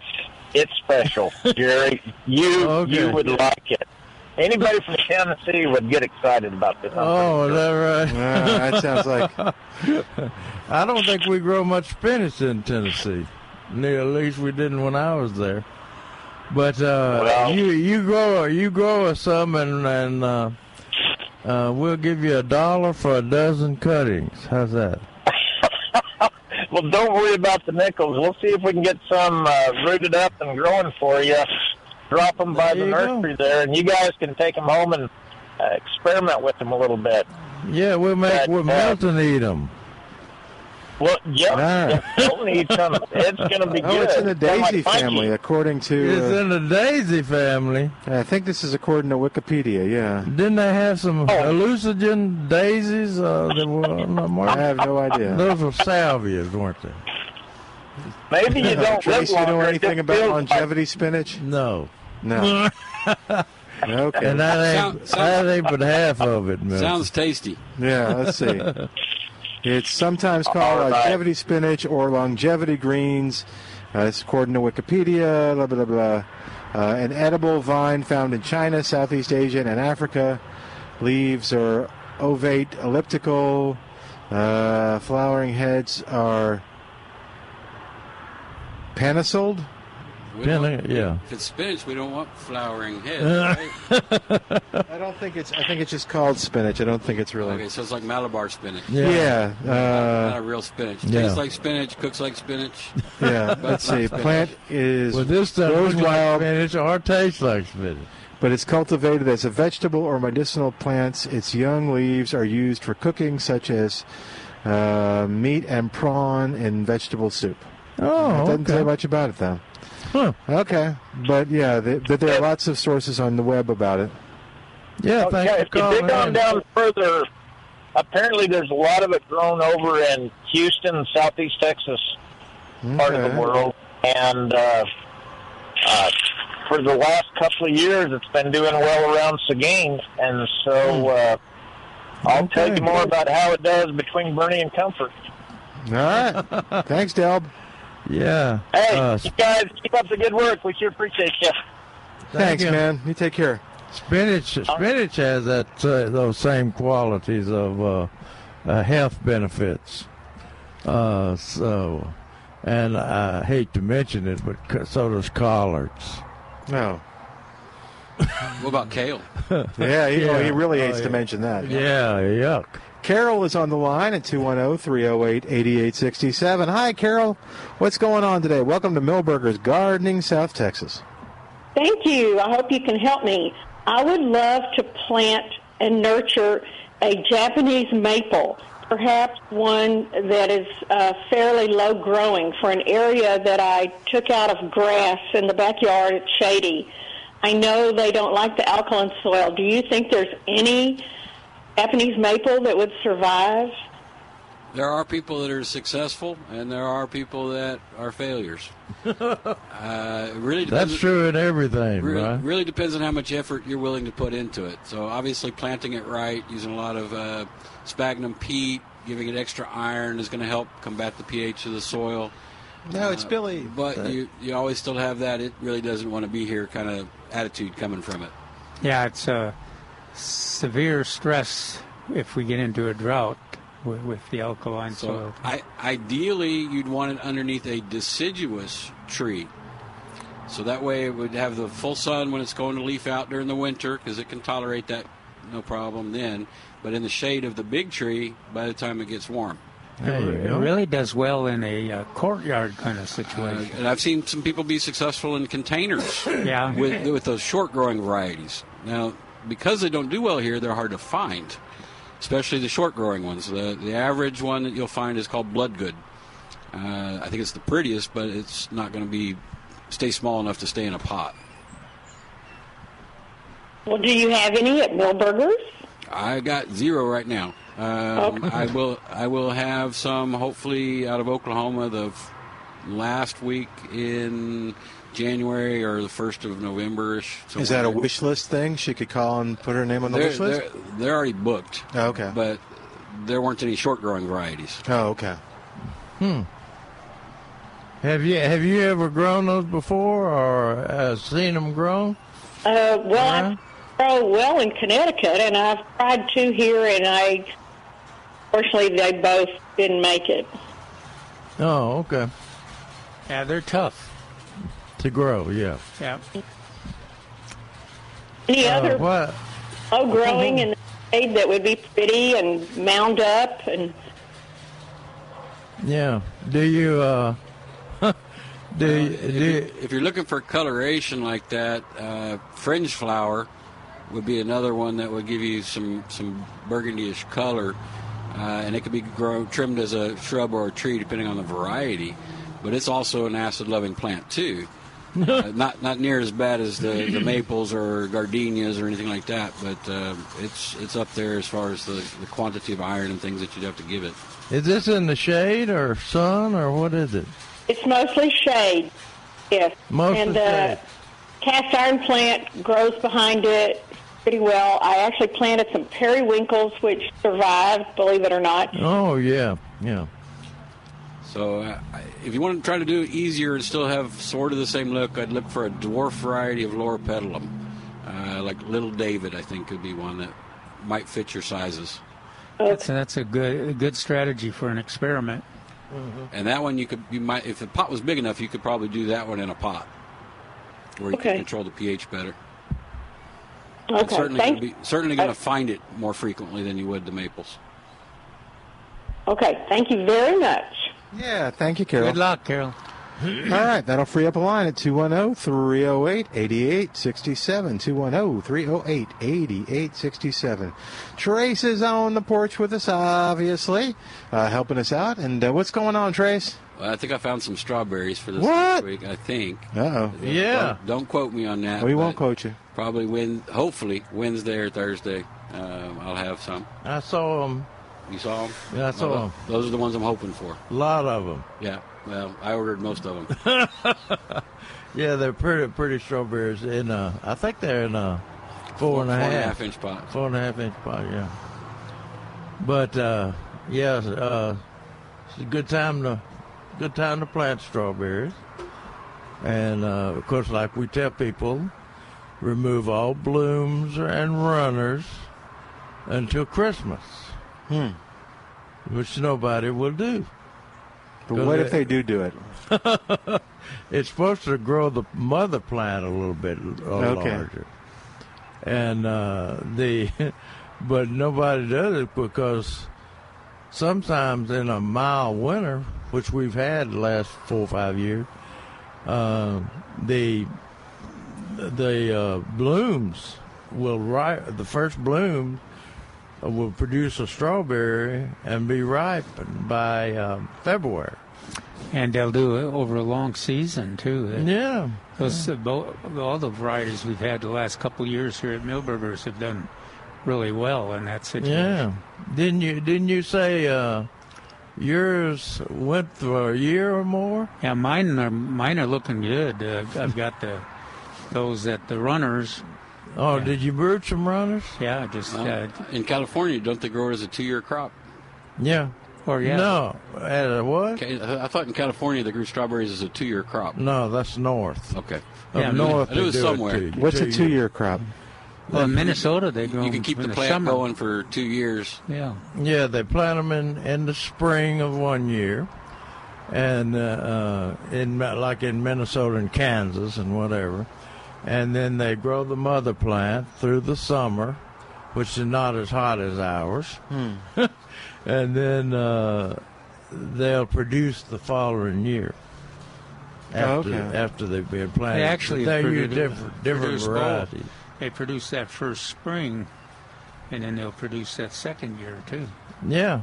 S4: it's *laughs* special, Jerry. You
S2: Okay.
S4: you would like it. Anybody from Tennessee would get excited about this. I'm
S2: Oh, is
S4: pretty sure.
S2: that
S1: Ah,
S2: right?
S1: that sounds like
S2: *laughs* I don't think we grow much spinach in Tennessee. Ne- At least we didn't when I was there. But uh,
S4: Well-
S2: you you grow you grow us some, and and uh, uh, we'll give you a dollar for a dozen cuttings. How's that?
S4: well, don't worry about the nickels. We'll see if we can get some uh, rooted up and growing for you. Drop them by
S2: There
S4: the
S2: you go.
S4: nursery there, and you guys can take them home and uh, experiment with them a little bit. uh,
S2: Yeah, we'll make
S4: That-
S2: we'll melt
S4: that-
S2: and eat them.
S4: Well,
S2: Yeah.
S4: yeah, don't need some. It's going to
S1: *laughs*
S4: be
S1: oh,
S4: good.
S1: it's in the
S4: They're like
S1: Daisy
S4: Mikey.
S1: family, according
S2: It's
S1: to. Uh,
S2: in the Daisy family.
S1: I think this is according to Wikipedia. Yeah,
S2: Didn't they have some
S4: Oh.
S2: hallucinogen daisies uh, that were on the
S1: I
S2: market?
S1: have no idea.
S2: Those were salvias, weren't they?
S4: Maybe you don't live
S1: Trace, uh, you know
S4: longer, it
S1: anything
S4: just
S1: about
S4: feels like-
S1: longevity spinach?
S2: No.
S1: No.
S2: *laughs*
S1: Okay.
S2: And that
S5: Sound-
S2: ain't,
S5: sound-
S2: that ain't but half of it, man.
S5: Sounds tasty.
S1: Yeah,
S5: *laughs*
S1: let's see. It's sometimes called
S4: All right.
S1: longevity spinach or longevity greens. Uh, it's according to Wikipedia, blah, blah, blah, blah. Uh, an edible vine found in China, Southeast Asia, and Africa. Leaves are ovate, elliptical. Uh, flowering heads are penicilled.
S5: We
S2: Yeah,
S5: don't-
S2: yeah.
S5: If it's spinach, we don't want flowering heads,
S2: *laughs*
S5: right?
S1: I don't think it's. I think it's just called spinach. I don't think it's really.
S5: Okay, so it's like Malabar spinach.
S1: Yeah.
S5: Not
S1: Uh,
S5: a real spinach.
S2: Yeah.
S5: Tastes like spinach, cooks like spinach.
S1: *laughs*
S4: *laughs*
S1: yeah. Let's see. Plant is
S2: Well, this stuff
S1: grows
S2: looks like
S1: wild,
S2: spinach or tastes like spinach.
S1: but it's cultivated as a vegetable or medicinal plants. Its young leaves are used for cooking, such as uh, meat and prawn in vegetable soup.
S2: Oh,
S1: Doesn't say
S2: okay.
S1: much about it, though.
S2: Huh.
S1: Okay, but yeah, th but there are lots of sources on the web about it.
S2: Yeah,
S4: Okay,
S2: thanks for
S4: Oh, if you dig on
S2: calling. in.
S4: down further, apparently there's a lot of it grown over in Houston, Southeast Texas part of
S1: Okay.
S4: the world, and uh, uh, for the last couple of years, it's been doing well around Seguin, and so uh, I'll tell
S2: Hmm. Okay.
S4: you more about how it does between Bernie and Comfort.
S1: All
S2: *laughs*
S1: right. Thanks, Delb.
S2: Yeah.
S4: Hey,
S2: Uh,
S4: you guys, keep up the good work. We sure appreciate you.
S1: Thanks,
S2: you.
S1: man. You take care.
S2: Spinach, spinach has that uh, those same qualities of uh, uh, health benefits. Uh, so, and I hate to mention it, but c- so does collards.
S1: No.
S5: What about kale?
S1: *laughs* Yeah, he, oh, he
S2: Yeah.
S1: really
S2: Oh,
S1: hates to
S2: yeah.
S1: mention that.
S2: Yeah, yuck.
S1: Carol is on the line at 210 308 8867. Hi, Carol. What's going on today? Welcome to Millburgers Gardening, South Texas.
S6: Thank you. I hope you can help me. I would love to plant and nurture a Japanese maple, perhaps one that is uh, fairly low growing for an area that I took out of grass in the backyard. It's shady. I know they don't like the alkaline soil. Do you think there's any Japanese maple that would survive?
S5: There are people that are successful, and there are people that are
S2: *laughs*
S5: failures. Uh, it really depends.
S2: That's true in everything,
S5: Really,
S2: right?
S5: really depends on how much effort you're willing to put into it. So obviously, planting it right, using a lot of uh, sphagnum peat, giving it extra iron is going to help combat the pH of the soil. Uh,
S1: No, it's Billy.
S5: But you, you always still have that it really doesn't want to be here kind of attitude coming from it.
S3: Yeah, it's a severe stress if we get into a drought with, with the alkaline
S5: So
S3: soil.
S5: I, ideally, you'd want it underneath a deciduous tree. So that way, it would have the full sun when it's going to leaf out during the winter because it can tolerate that no problem then. But in the shade of the big tree by the time it gets warm.
S2: There we
S3: it
S2: go.
S3: really does well in a uh, courtyard kind of
S5: Uh,
S3: situation.
S5: and I've seen some people be successful in containers
S3: yeah.
S5: with with those short growing varieties. Now, because they don't do well here, they're hard to find, especially the short growing ones. The the average one that you'll find is called Bloodgood. Uh, I think it's the prettiest, but it's not going to be stay small enough to stay in a pot.
S6: Well, do you have any at Millburgers?
S5: I got zero right now. Um, I will. I will have some. Hopefully, out of Oklahoma, the f- last week in January or the first of November.
S1: Is that a wish list thing? She could call and put her name on the
S5: They're,
S1: wish list?
S5: they're, they're already booked.
S1: Oh, okay.
S5: But there weren't any short growing varieties.
S1: Oh, okay.
S2: Hmm. Have you have you ever grown those before or uh, seen them grow?
S6: Uh, well,
S2: Uh-huh.
S6: I grow well in Connecticut, and I've tried two here, and I, fortunately, they both didn't make it.
S2: Oh, okay.
S3: yeah, they're tough.
S2: To grow, yeah.
S3: Yeah.
S6: Any
S2: Uh,
S6: other
S2: what?
S6: low growing in the shade that would be pretty and mound up and
S2: Yeah. Do you uh, *laughs* do you-
S5: If,
S2: do you-
S5: you, if you're looking for coloration like that, uh, fringe flower would be another one that would give you some some burgundyish color, uh, and it could be grown trimmed as a shrub or a tree depending on the variety. But it's also an acid-loving plant too. Uh, not not near as bad as the, the maples or gardenias or anything like that, but uh, it's it's up there as far as the, the quantity of iron and things that you'd have to give it.
S2: is this in the shade or sun or what is it?
S6: it's mostly shade. Yes.
S2: Mostly
S6: and the
S2: shade.
S6: cast iron plant grows behind it pretty well. I actually planted some periwinkles which survived, believe it or not.
S2: Oh yeah, yeah.
S5: So, uh, if you want to try to do it easier and still have sort of the same look, I'd look for a dwarf variety of Laura petalum, uh, like Little David. I think could be one that might fit your sizes.
S3: That's, that's a good a good strategy for an experiment.
S5: And that one you could you might if the pot was big enough, you could probably do that one in a pot, where you
S6: Okay.
S5: can control the pH better. It's
S6: Okay.
S5: certainly
S6: Thank
S5: gonna be, certainly going to find it more frequently than you would the maples.
S6: Okay, thank you very much.
S1: Yeah, thank you, Carol.
S3: Good luck, Carol.
S1: All right, that'll free up a line at 210 308 8867. 210 308 8867. Trace is on the porch with us, obviously, uh, helping us out. And uh, what's going on, Trace?
S5: Well, I think I found some strawberries for this
S1: What?
S5: week. I think.
S1: Uh oh.
S2: Yeah.
S5: Don't, don't quote me on that.
S1: We won't
S5: but- *laughs*
S1: quote you.
S5: Probably win. Hopefully Wednesday or Thursday. Um, I'll have some.
S2: I saw them.
S5: You saw them?
S2: Yeah, I saw 'em.
S5: Those are the ones I'm hoping for.
S2: A lot of them.
S5: Yeah. Well, I ordered most of
S2: *laughs*
S5: them.
S2: Yeah, they're pretty pretty strawberries. In uh, I think they're in uh, four and a half.
S5: inch pot.
S2: Four and a half inch pot, yeah. But uh, yeah, uh, it's a good time to good time to plant strawberries. And uh, of course, like we tell people, remove all blooms and runners until Christmas,
S1: Hmm.
S2: which nobody will do.
S1: But
S2: Go
S1: what
S2: ahead.
S1: if they do do it?
S2: *laughs* It's supposed to grow the mother plant a little bit uh, l-
S1: Okay.
S2: larger, and uh, the *laughs* but nobody does it because sometimes in a mild winter, which we've had the last four or five years, uh, the the uh, blooms will ripe. The first bloom will produce a strawberry and be ripe by um, February.
S3: And they'll do it over a long season too.
S2: Yeah.
S3: Those, uh, bo- all the varieties we've had the last couple of years here at Millburgers have done really well in that situation.
S2: Yeah. Didn't you didn't you say uh, yours went for a year or more?
S3: Yeah, mine are mine are looking good. Uh, I've got the those that the runners.
S2: Oh, did you brood some runners?
S3: Yeah, just uh,
S5: in California, don't they grow it as a two-year crop?
S2: Yeah.
S3: or yeah,
S2: No. Uh, what?
S5: Okay, I I thought in California they grew strawberries as a two-year crop.
S2: No, that's north.
S5: Okay.
S2: Up
S3: Yeah,
S2: north.
S5: I knew it was
S2: they do
S5: somewhere.
S2: two-
S1: What's a two year crop?
S3: Well, in Minnesota they grow
S5: You can keep
S3: them
S5: the
S3: in
S5: plant
S3: summer.
S5: going for two years.
S3: Yeah,
S2: Yeah, they plant them in, in the spring of one year, and uh, uh, in like in Minnesota and Kansas and whatever, and then they grow the mother plant through the summer,
S3: Hmm. *laughs*
S2: *laughs* which is not as hot as ours, and then uh, they'll produce the following year. After,
S1: Okay.
S2: after they've been planted.
S3: Oh, They actually
S2: they use
S3: produ-
S2: different, different
S3: produce both.
S2: varieties.
S3: They produce that first spring, and then they'll produce that second year too.
S2: Yeah.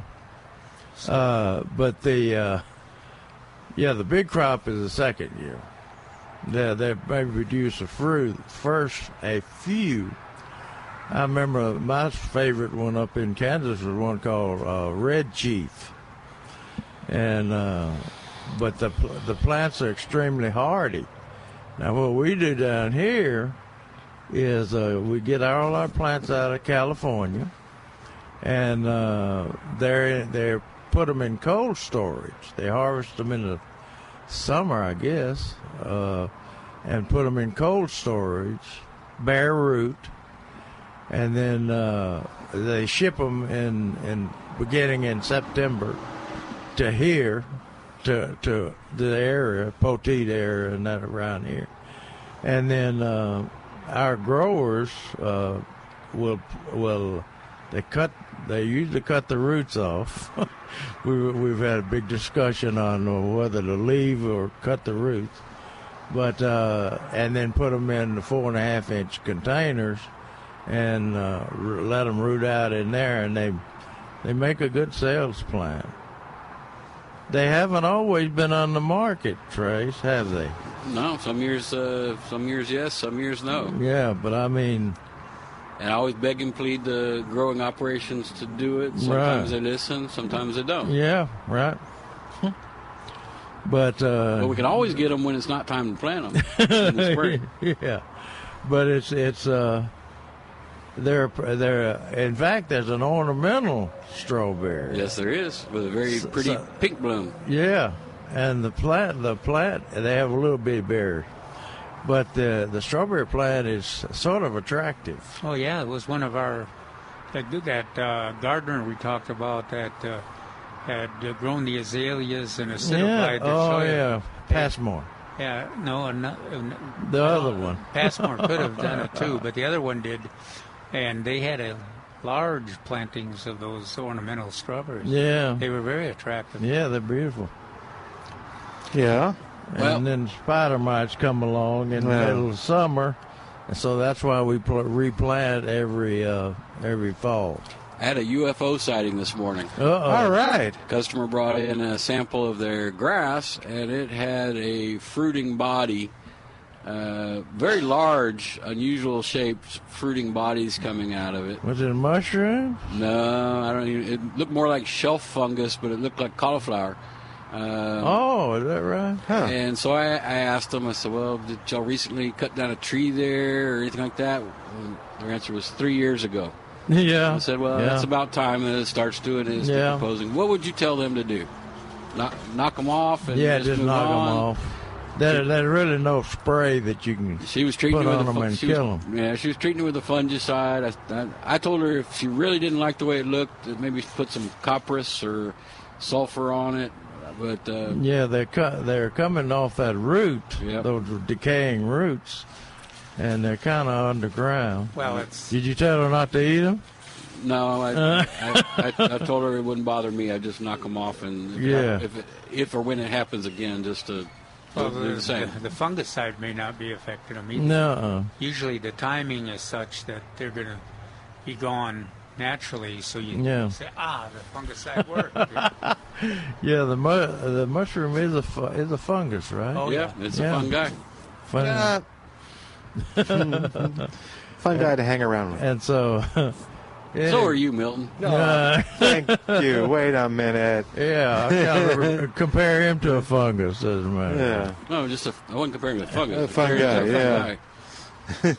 S2: Uh, but the uh, yeah, the big crop is the second year. They they may produce a fruit first a few. I remember my favorite one up in Kansas was one called uh, Red Chief, and uh, but the pl- the plants are extremely hardy. Now what we do down here is uh, we get all our plants out of California, and uh, they're they put them in cold storage. They harvest them in the summer, I guess, uh, and put them in cold storage, bare root, and then uh, they ship them in in beginning in September to here, to to the area, Poteet area, and that around here, and then uh, our growers uh, will will they cut they usually cut the roots off. *laughs* we we've had a big discussion on whether to leave or cut the roots, but uh, and then put them in the four and a half inch containers and uh, r- let them root out in there, and they they make a good sales plan. They haven't always been on the market, Trace, have they?
S5: No, some years, uh, some years yes, some years no.
S2: Yeah, but I mean,
S5: And I always beg and plead the growing operations to do it. Sometimes they
S2: Right.
S5: listen, sometimes they don't.
S2: yeah, right. But uh,
S5: But we can
S2: *laughs*
S5: always get them when it's not time to plant them in the spring.
S2: yeah, but it's it's uh, there there. In fact, there's an ornamental strawberry.
S5: Yes, there is with a very
S2: So-
S5: pretty
S2: so-
S5: pink bloom.
S2: Yeah, and the plant the plant they have a little bit of berry, but the the strawberry plant is sort of attractive.
S3: Oh yeah, it was one of our that that uh, gardener we talked about that uh, had uh, grown the azaleas and acidified
S2: yeah.
S3: the
S2: Oh
S3: soil.
S2: yeah. Passmore,
S3: Yeah, no, an- an-
S2: the other
S3: *laughs*
S2: one.
S3: Passmore could have done it too,
S2: *laughs*
S3: but the other one did, and they had a large plantings of those ornamental strawberries.
S2: Yeah.
S3: They were very attractive.
S2: Yeah, they're beautiful.
S1: Yeah.
S5: Well-
S2: and then spider mites come along in the
S1: Yeah.
S2: middle of summer, and so that's why we pl- replant every uh, every fall.
S5: I had a UFO sighting this morning.
S2: Uh-oh.
S1: All right.
S5: Customer brought in a sample of their grass, and it had a fruiting body, uh, very large, unusual shaped fruiting bodies coming out of it.
S2: Was it mushrooms?
S5: No, I don't. Even, it looked more like shelf fungus, but it looked like cauliflower. Um,
S2: Oh, is that right?
S1: Huh.
S5: And so I, I asked them, I said, well, did y'all recently cut down a tree there or anything like that? And their answer was three years ago.
S2: *laughs* Yeah.
S5: I said, well,
S2: yeah.
S5: that's about time that it starts doing it,
S2: Yeah.
S5: yeah. decomposing. What would you tell them to do? Knock, knock them off and
S2: yeah,
S5: just,
S2: just
S5: move
S2: knock
S5: on?
S2: them off. There, there's really no spray that you can.
S5: She was treating
S2: Put
S5: it with
S2: on
S5: a
S2: 'em
S5: fun-
S2: and
S5: she was-
S2: kill 'em.
S5: Yeah, she was treating it with a fungicide. I, I, I told her if she really didn't like the way it looked, that maybe put some copperas or sulfur on it. But uh,
S2: Yeah, they're co- they're coming off that root,
S5: Yep.
S2: those decaying roots, and they're kind of underground.
S3: Well, it's
S2: Did you tell her not to eat them?
S5: no,
S2: *laughs*
S5: I, I, I, I told her it wouldn't bother me. I'd just knock them off, and if, it
S2: Yeah.
S5: hap- if, it, if or when it happens again, just to
S3: well,
S5: do
S3: the,
S5: the same.
S3: the fungicide may not be affecting them either.
S2: No.
S3: Usually, the timing is such that they're going to be gone naturally, so you
S2: Yeah.
S3: say, "Ah, the fungicide
S2: *laughs*
S3: worked."
S2: Yeah, the mu- the mushroom is a fu- is a fungus, right?
S3: Oh,
S5: yeah, it's
S2: Yeah.
S5: a fun guy.
S2: Fun-
S1: Uh, fun guy to hang around with.
S2: And so, *laughs*
S5: So are you, Milton.
S2: Uh,
S1: *laughs* Thank you. Wait a minute.
S2: *laughs* yeah, I kinda compare him to a fungus, doesn't matter.
S1: Yeah.
S5: No, just a, I wasn't comparing him to fungus.
S1: A
S5: I'm
S1: fun
S5: comparing him to
S1: guy,
S5: a
S1: yeah.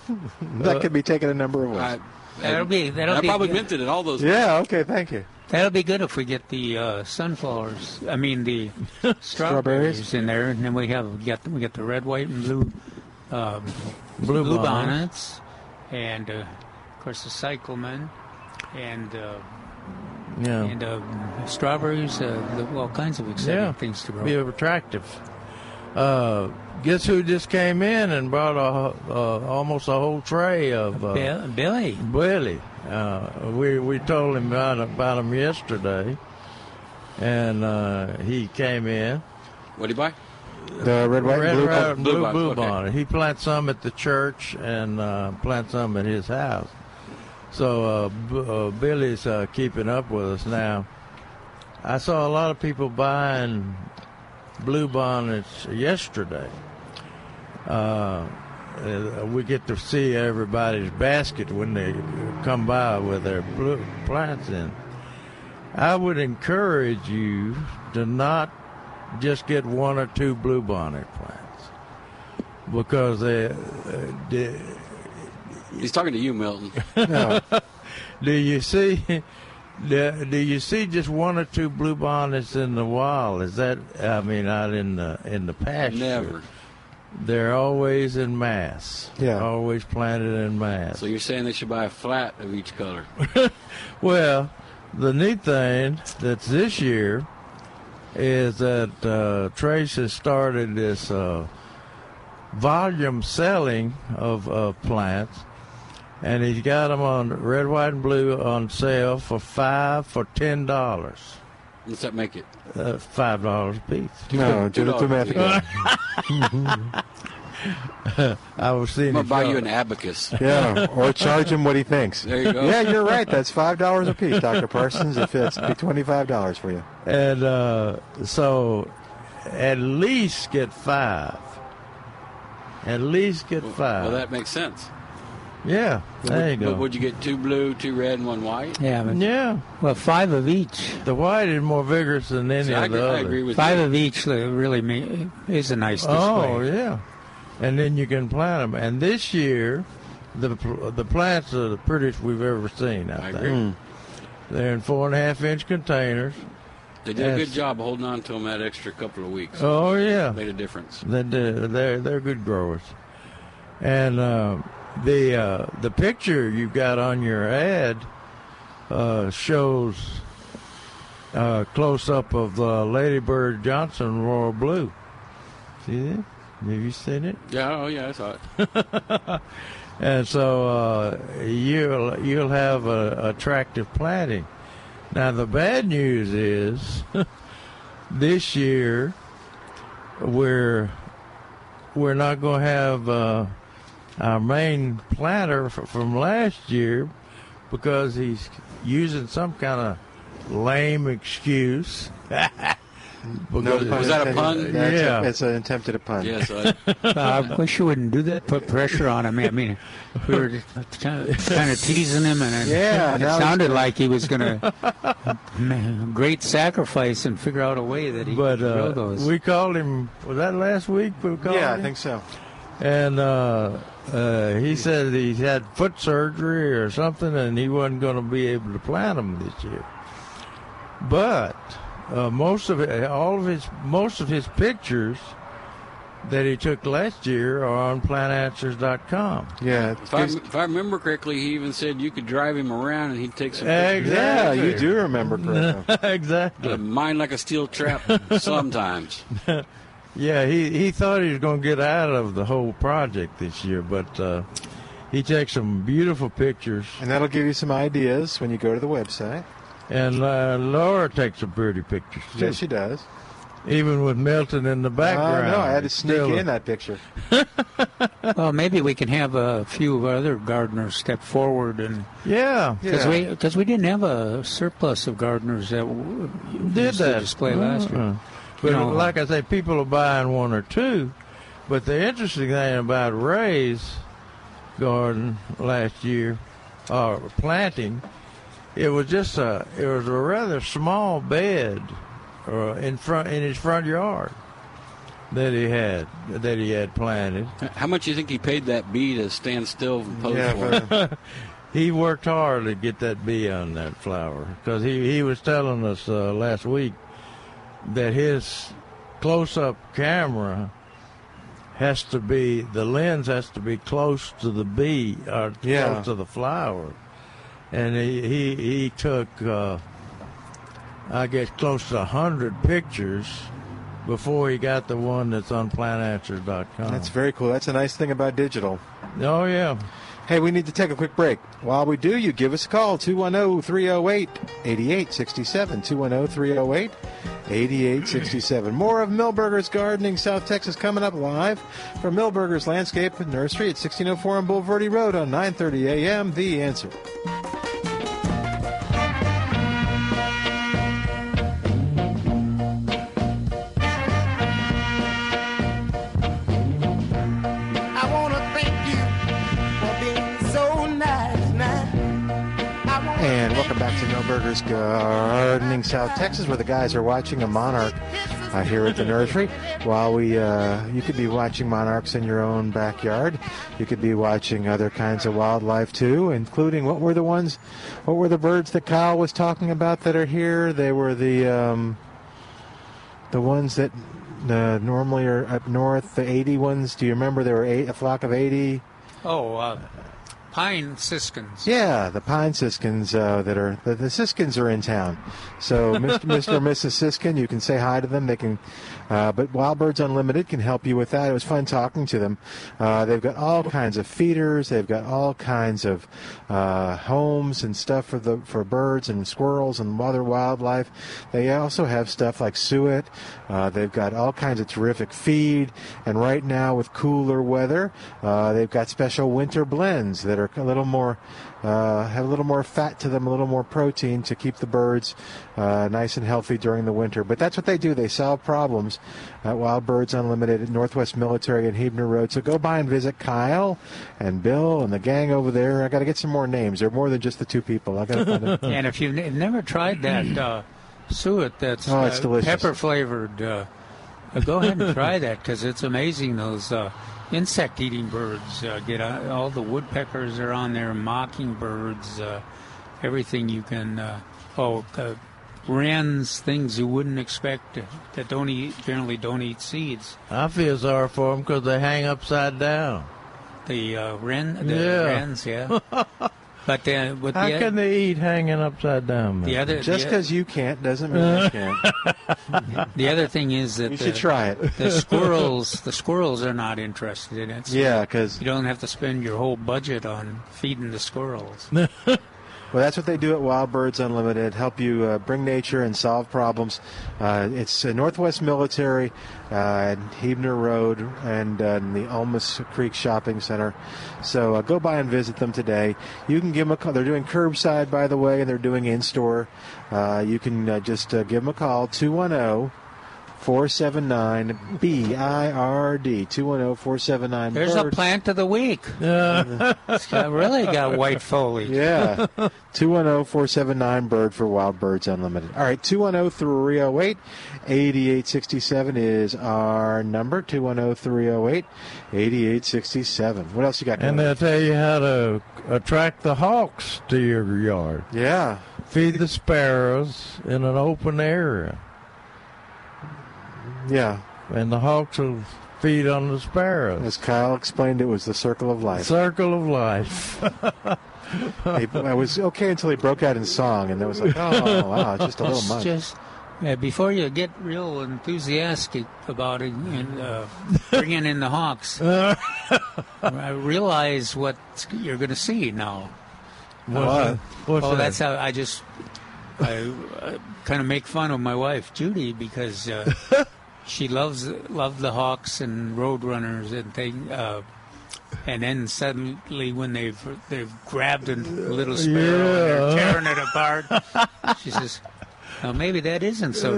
S1: That could be taken a number of ways.
S5: I,
S3: That'll be- that'll
S5: I
S3: be
S5: probably
S3: good.
S5: meant it in all those.
S1: yeah, okay, thank you.
S3: That'll be good if we get the uh, sunflowers. I mean
S2: *laughs*
S3: the strawberries in there, and then we have we got we got the red, white, and blue um,
S2: Blue
S3: bonnets, and uh, of course the cyclamen, and uh,
S2: Yeah.
S3: and uh, strawberries, uh, the, all kinds of exciting
S2: yeah.
S3: things to grow.
S2: Be attractive. Uh, guess who just came in and brought a uh, almost a whole tray of uh,
S3: Bill- Billy,
S2: Billy. Uh, we we told him about about him yesterday, and uh, he came in.
S5: What did he buy?
S1: The red, white,
S2: Red
S1: and blue.
S2: Ro-
S5: Blue
S2: blue,
S5: Bond,
S2: Blue
S5: okay.
S2: Bond. He plants some at the church and uh, plants some at his house. So uh, B- uh, Billy's uh, keeping up with us now. I saw a lot of people buying blue bonnets yesterday. Uh, uh, we get to see everybody's basket when they come by with their blue plants in. I would encourage you to not just get one or two bluebonnet plants because they, uh, do,
S5: He's talking to you,
S2: *laughs*
S5: Milton.
S2: do you see do, do you see just one or two bluebonnets in the wild? Is that I mean out in the in the pasture?
S5: Never.
S2: They're always in mass.
S1: Yeah.
S2: always planted in mass.
S5: So you're saying they should buy a flat of each color?
S2: Well, the neat thing that's this year is that uh, Trace has started this uh, volume selling of, of plants, and he's got them on red, white, and blue on sale for five for ten dollars,
S5: What's that make it?
S2: uh, five dollars a piece.
S1: No,
S5: Two dollars.
S1: Judith Matthew.
S2: *laughs* I was seeing. uh,
S5: I'm gonna
S2: it
S5: buy
S2: go-
S5: you an abacus.
S1: Yeah, or charge him what he thinks.
S5: Oh. There you go.
S1: Yeah, you're right. That's five dollars a piece, Doctor Parsons. If it's be twenty-five dollars for you.
S2: And uh, so at least get five. At least get
S5: *laughs*
S2: five.
S5: Well, that makes sense.
S2: yeah, there you go.
S5: But would you get two blue, two red, and one white?
S3: Yeah, but,
S2: Yeah,
S3: well, five of each.
S2: the white is more vigorous than any
S5: See, I,
S2: of the
S5: agree, I
S2: others.
S5: agree with
S3: Five
S5: you.
S3: of each uh, really ma- is a nice display.
S2: oh yeah, and then you can plant them. And this year, the pl- the plants are the prettiest we've ever seen. I,
S5: I
S2: think
S5: agree.
S2: they're in four and a half inch containers.
S5: They did a
S2: Yes.
S5: good job holding on to them that extra couple of weeks.
S2: Oh yeah,
S5: Made a difference.
S2: They do. They're they're good growers, and uh, the uh, the picture you've got on your ad uh, shows a close up of uh, Ladybird Johnson Royal Blue. See that? Have you seen it?
S5: Yeah, oh yeah, I saw it.
S2: And so uh, you'll you'll have a attractive planting. Now the bad news is, *laughs* this year we're we're not going to have uh, our main planter f- from last year because he's using some kind of lame excuse. *laughs* Because-
S5: pun. Was that a pun?
S1: Yeah, it's,
S2: Yeah.
S1: a, it's an attempt at a pun.
S5: Yes,
S2: *laughs*
S5: I,
S3: Uh, I wish you wouldn't do that. Put pressure on him. I mean, we were kind of, kind of teasing him, and it,
S1: Yeah,
S3: it
S1: now it's-
S3: sounded like he was going to *laughs* great sacrifice and figure out a way that he
S2: but
S3: could grow
S2: uh,
S3: those.
S2: we called him. Was that last week? We called
S1: Yeah,
S2: him?
S1: I think so.
S2: and uh, uh, he said he had foot surgery or something, and he wasn't going to be able to plant them this year. But uh, most of it, all of his, most of his pictures that he took last year are on PlantAnswers.com.
S1: Yeah,
S5: if, I, if I remember correctly, he even said you could drive him around and he'd take some.
S2: Egg.
S5: pictures.
S1: yeah, you do remember correctly.
S2: *laughs* exactly.
S5: Uh, Mine like a steel trap sometimes.
S2: Yeah, he, he thought he was going to get out of the whole project this year, but uh, he takes some beautiful pictures.
S1: and that'll give you some ideas when you go to the website.
S2: And uh, Laura takes some pretty pictures too.
S1: Yes, she does.
S2: even with Milton in the background.
S1: Uh, no, I had to
S2: it's
S1: sneak
S2: still-
S1: in that picture.
S3: well, maybe we can have a few of our other gardeners step forward, and
S2: Yeah,
S3: because
S1: Yeah.
S3: we because we didn't have a surplus of gardeners that w-
S2: did
S3: used the
S2: that
S3: display last year.
S2: Uh-uh. But
S3: You know-
S2: like I say, people are buying one or two. But the interesting thing about Ray's garden last year, or planting, it was just a it was a rather small bed, uh, in front in his front yard that he had that he had planted.
S5: How much do you think he paid that bee to stand still and pose
S1: Yeah,
S5: for?
S1: but, uh,
S2: *laughs* He worked hard to get that bee on that flower because he, he was telling us uh, last week that his close up camera has to be the lens has to be close to the bee or
S1: Yeah.
S2: close to the flower, and he he, he took uh, I guess close to hundred pictures before he got the one that's on PlantAnswers.com.
S1: that's very cool. That's a nice thing about digital.
S2: oh yeah,
S1: Hey, we need to take a quick break. While we do, you give us a call oh, 210 308 8867. 210 308 8867. More of Millburgers Gardening South Texas coming up live from Millburgers Landscape and Nursery at 1604 on Boulevardy Road on 930 a.m. The answer.
S7: I wanna thank you for being so nice, man. I wanna
S1: And welcome
S7: thank
S1: back to No Burgers Gardening South Texas, where the guys are watching a monarch uh, here at the nursery. While we, uh, you could be watching monarchs in your own backyard. You could be watching other kinds of wildlife too, including what were the ones, what were the birds that Kyle was talking about that are here? They were the, um, the ones that uh, normally are up north, the 80 ones. Do you remember there were eight, a flock of 80?
S3: Oh, uh, pine siskins.
S1: Yeah, the pine siskins uh, that are the, the siskins are in town. So *laughs* Mr. Mr. and Mrs. Siskin, you can say hi to them. They can, uh, but Wild Birds Unlimited can help you with that. It was fun talking to them. Uh, they've got all kinds of feeders. They've got all kinds of uh, homes and stuff for the for birds and squirrels and other wildlife. They also have stuff like suet. Uh, they've got all kinds of terrific feed. And right now with cooler weather, uh, they've got special winter blends that are a little more uh, have a little more fat to them, a little more protein to keep the birds uh, nice and healthy during the winter. But that's what they do. They solve problems at Wild Birds Unlimited at Northwest Military and Hebner Road. So go by and visit Kyle and Bill and the gang over there. I got to get some more names. They're more than just the two people. I got to find
S3: *laughs*
S1: them.
S3: And if you've ne- never tried that uh, suet, that's uh,
S1: Oh, it's delicious.
S3: pepper flavored. Uh, uh, go ahead and try that because it's amazing. Those uh, insect eating birds uh, get on, all the woodpeckers are on there, mockingbirds, uh, everything you can. Uh, oh, uh, wrens, things you wouldn't expect uh, that don't eat generally don't eat seeds.
S2: I feel sorry for them because they hang upside down.
S3: The uh, wren, the
S2: Yeah.
S1: *laughs*
S3: wrens, yeah. but then with
S2: How
S3: the
S2: can they eat hanging upside down? Man? Uh,
S3: the other
S1: Just
S3: the-
S1: because you can't doesn't mean I can't.
S3: The other thing is that
S1: You
S3: the,
S1: should try it.
S3: the squirrels, the squirrels are not interested in it. so
S1: Yeah, because
S3: You don't have to spend your whole budget on feeding the squirrels.
S1: Well, that's what they do at Wild Birds Unlimited. Help you uh, bring nature and solve problems. Uh, it's uh, Northwest Military uh, and Hebner Road and uh, in the Almas Creek Shopping Center. So uh, go by and visit them today. You can give them a call. They're doing curbside, by the way, and they're doing in store. Uh, you can uh, just uh, give them a call oh, 210 479 BIRD 210 479
S3: There's a plant of
S1: *laughs*
S3: the week. It's got- really got white foliage.
S1: Yeah. 210 479 Bird for Wild Birds Unlimited. All right, 210 308 8867 is our number. 210 308 8867. What else you got?
S2: *laughs* And
S1: going
S2: they'll
S1: on?
S2: tell you how to attract the hawks to your yard.
S1: yeah.
S2: Feed the sparrows in an open area,
S1: Yeah.
S2: and the hawks will feed on the sparrows.
S1: As Kyle explained, it was the circle of life.
S2: Circle
S1: *laughs*
S2: of life.
S1: I, I was okay until he broke out in song, and it was like,
S3: *laughs*
S1: oh, wow, it's just a little
S3: It's
S1: much.
S3: just yeah, before you get real enthusiastic about it
S1: Mm-hmm.
S3: and uh, bringing in the hawks,
S1: *laughs*
S3: I realize what you're going to see now.
S1: What?
S2: What's
S3: oh,
S2: that?
S3: that's how I just I, uh kind of make fun of my wife Judy
S1: *laughs*
S3: because uh, she loves loved the Hawks and Roadrunners and thing. Uh, and then suddenly, when they've they've grabbed a little sparrow and they're tearing it
S1: uh-huh.
S3: apart, *laughs* she says, "Now maybe that isn't so."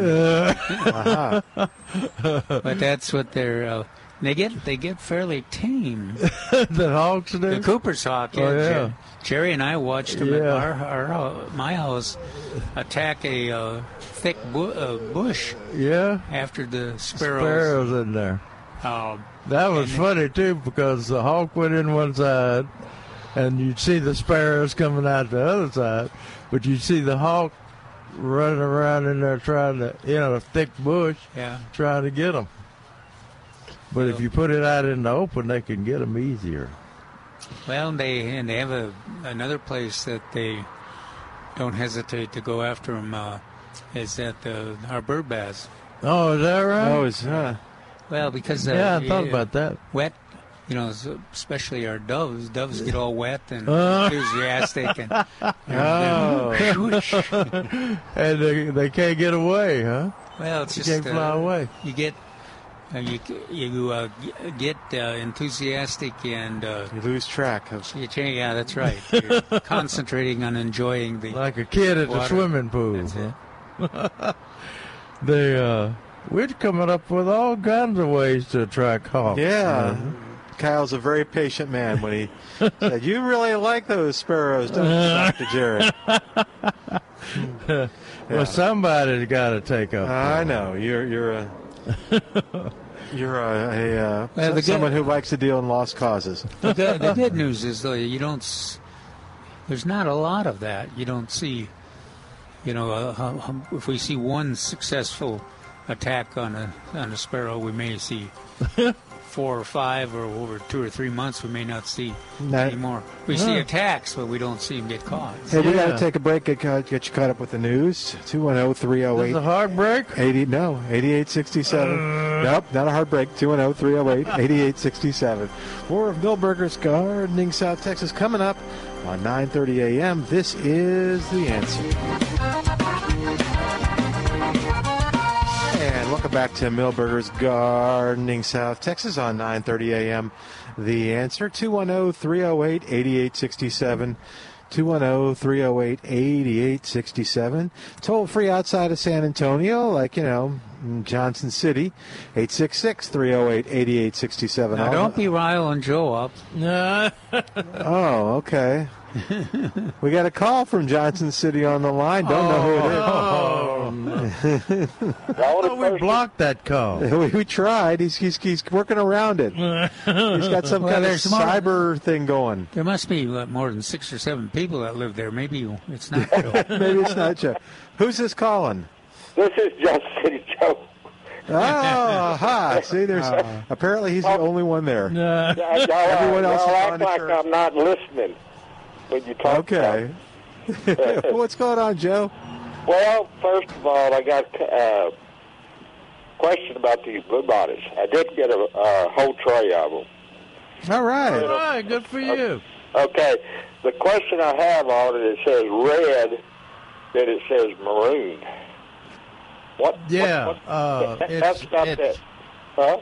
S2: *laughs*
S3: nice." but that's what they're. Uh, they get they get fairly tame.
S2: *laughs* the hawks do.
S3: The Cooper's Hawk.
S2: Oh, yeah.
S3: Jer- Jerry and I watched him at
S2: Yeah.
S3: our, our, hou- my house attack a uh, thick bu- uh, bush
S2: yeah,
S3: after the sparrows.
S2: sparrows in there.
S3: Um,
S2: That was
S3: And-
S2: funny too because the hawk went in one side, and you'd see the sparrows coming out the other side, but you'd see the hawk running around in there trying to, you know, a thick bush,
S3: yeah.
S2: trying to get them. But if you put it out in the open, they can get them easier.
S3: Well, they and they have a another place that they don't hesitate to go after them. Uh, is at the, our bird baths.
S2: Oh, is that right?
S1: Oh, it's, uh,
S3: Well, because uh,
S2: yeah, I thought
S3: uh,
S2: about that.
S3: wet you know, so- especially our doves. Doves get all wet
S2: *laughs*
S3: and
S2: Uh.
S3: enthusiastic,
S2: *laughs*
S3: and you know, *laughs*
S2: Oh.
S3: they're- whoosh.
S2: *laughs* and they, they can't get away, huh?
S3: well, it's
S2: They
S3: just
S2: can't fly
S3: uh,
S2: away.
S3: You get uh, you you uh, g- get uh, enthusiastic and uh,
S1: You lose track of
S3: you change. Yeah, that's right. You're
S2: *laughs*
S3: concentrating on enjoying the
S2: Like a kid at the
S3: Water.
S2: swimming pool.
S3: That's it.
S2: *laughs* They, uh, we're coming up with all kinds of ways to attract hawks.
S1: Yeah. Kyle's a very patient man when he said, You really like those sparrows, don't you, Dr. Jerry? Yeah.
S2: Well, somebody's got to take up.
S1: I know. You're you're a
S2: *laughs*
S1: you're a, a uh,
S3: Well, the good-
S1: someone who likes to deal in lost causes.
S3: the, good, the
S1: *laughs*
S3: good news is though you don't s- there's not a lot of that you don't see you know uh, hum- hum- if we see one successful attack on a on a sparrow we
S1: *laughs*
S3: may see four or five or over two or three months we may not see
S1: Not-
S3: any more we see attacks but we don't see them get caught
S1: Hey, we got
S2: Yeah.
S1: to take a break. Get, caught- get you caught up with the news. Two one zero three zero
S2: There's
S1: eight.
S2: a heartbreak.
S1: 80, no, 8867.
S3: Uh.
S1: nope, not a heartbreak. 210 308 8867. More of Millburgers Gardening South Texas coming up on 9.30 a.m. This is The Answer. And welcome back to Millburgers Gardening South Texas on 9.30 a.m. The Answer, oh, 210-308-8867. oh, 210-308-8867. Toll free outside of San Antonio, like, you know, Johnson City, 866-308-8867.
S3: now,
S1: All-
S3: don't be riling Joe up.
S2: Nah.
S1: Oh, okay. we got a call from Johnson City on the line. Don't know
S2: Oh, we blocked that call.
S1: who it is. *laughs* we tried. He's, he's, he's working around it. Oh, He's got some
S3: Well,
S1: kind of
S3: there's more-
S1: cyber thing going.
S3: There must be uh, more than six or seven people that live there. Maybe
S1: *laughs*
S3: it's not Joe.
S1: Maybe it's not Joe. Who's this calling?
S8: This is Joe City Joe.
S1: Oh, ha! See, there's apparently he's the only one there.
S2: Ah. Nah.
S8: Y'all, y'all
S1: Everyone else is
S8: act like
S1: uninsured.
S8: I'm not listening when you talk.
S1: Okay. *laughs* What's going on, Joe?
S8: about- Well, first of all, I got a uh, question about these blue bodies. I did get a, a whole tray of them.
S1: All
S2: All
S1: right.
S2: right, good for you.
S8: Okay, the question I have on it, it says red, then it says maroon. What? what-
S2: Yeah,
S8: what-
S2: uh,
S8: that-
S2: it's-
S8: *laughs* that's not
S2: it's-
S8: that. Huh?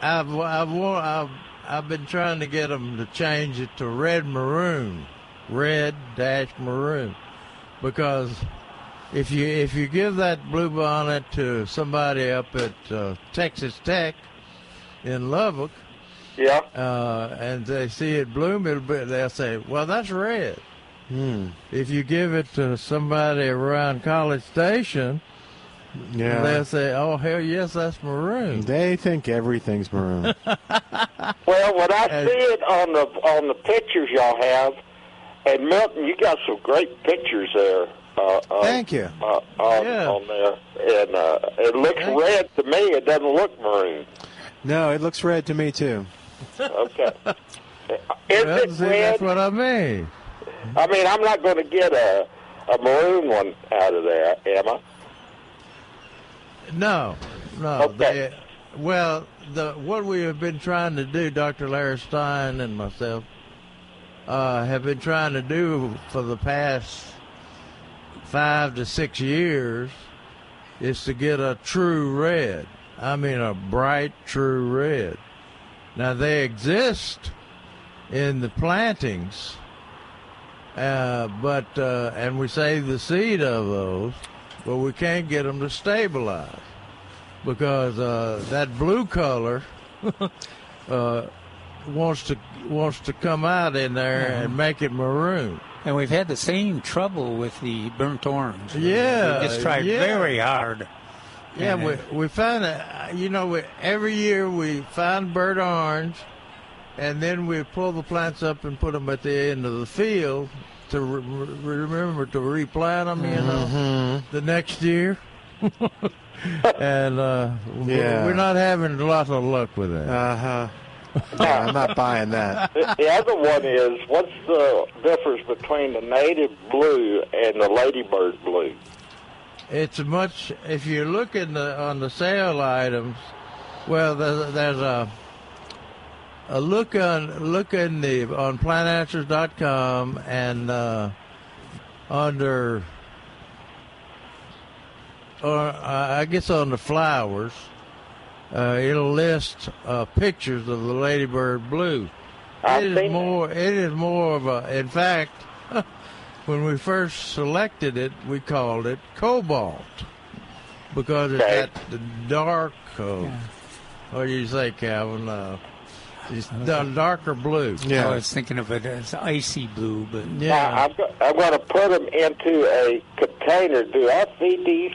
S2: I've, I've, wa- I've, I've been trying to get them to change it to red maroon, red dash maroon, because if you if you give that blue bonnet to somebody up at uh, Texas Tech in Lubbock
S8: Yeah.
S2: uh, and they see it bloom, it'll be, they'll say, "Well, that's red." If you give it to somebody around College Station, they'll
S1: Yeah.
S2: say, "Oh, hell yes, that's maroon."
S1: They think everything's maroon.
S8: Well, when I
S2: And-
S8: see it on the on the pictures y'all have, and Milton, you got some great pictures there. Uh, uh,
S1: Thank you.
S8: Uh, on,
S2: Yeah.
S8: on there, and uh, it looks
S2: Thank you.
S8: red to me. It doesn't look maroon.
S1: No, it looks red to me too.
S8: Okay. Is
S2: Well,
S8: it
S2: see,
S8: red?
S2: that's what I mean.
S8: *laughs* I mean, I'm not going to get a a maroon one out of there, am I?
S2: No, no.
S8: Okay.
S2: They, well, the what we have been trying to do, Dr. Larry Stein and myself, uh, have been trying to do for the past five to six years is to get a true red. I mean, a bright true red. Now they exist in the plantings, uh, but uh, and we save the seed of those, but we can't get them to stabilize because uh, that blue color *laughs* uh, wants to wants to come out in there and make it maroon.
S3: Mm-hmm. and we've had the same trouble with the burnt orange.
S2: Yeah,
S3: we just tried
S2: yeah.
S3: very hard.
S2: Yeah,
S3: And
S2: we
S3: it-
S2: we found that you know we, every year we find bird orange, and then we pull the plants up and put them at the end of the field to re- re- remember to replant them. You know, the next year. and uh, we-
S1: Yeah.
S2: we're not having a lot of luck with that.
S1: Uh
S2: *laughs*
S1: huh. Yeah, I'm not buying that.
S8: The, the other one is what's the difference between the native blue and the ladybird blue?
S2: It's much. If you look in the on the sale items, well, there's, there's a uh, look on look in the on plantanswers.com and uh, under or uh, I guess on the flowers, uh, it'll list uh, pictures of the ladybird blue.
S7: I've seen
S2: it is
S7: it.
S2: more. It is more of a. In fact, *laughs* when we first selected it, we called it cobalt because it's
S7: Okay.
S2: got the dark. Uh, What do you say, Calvin? Uh, it's the darker blue.
S3: I was thinking of it as icy blue, but
S8: Now, I'm, go- I'm going to put them into a container. Do I feed these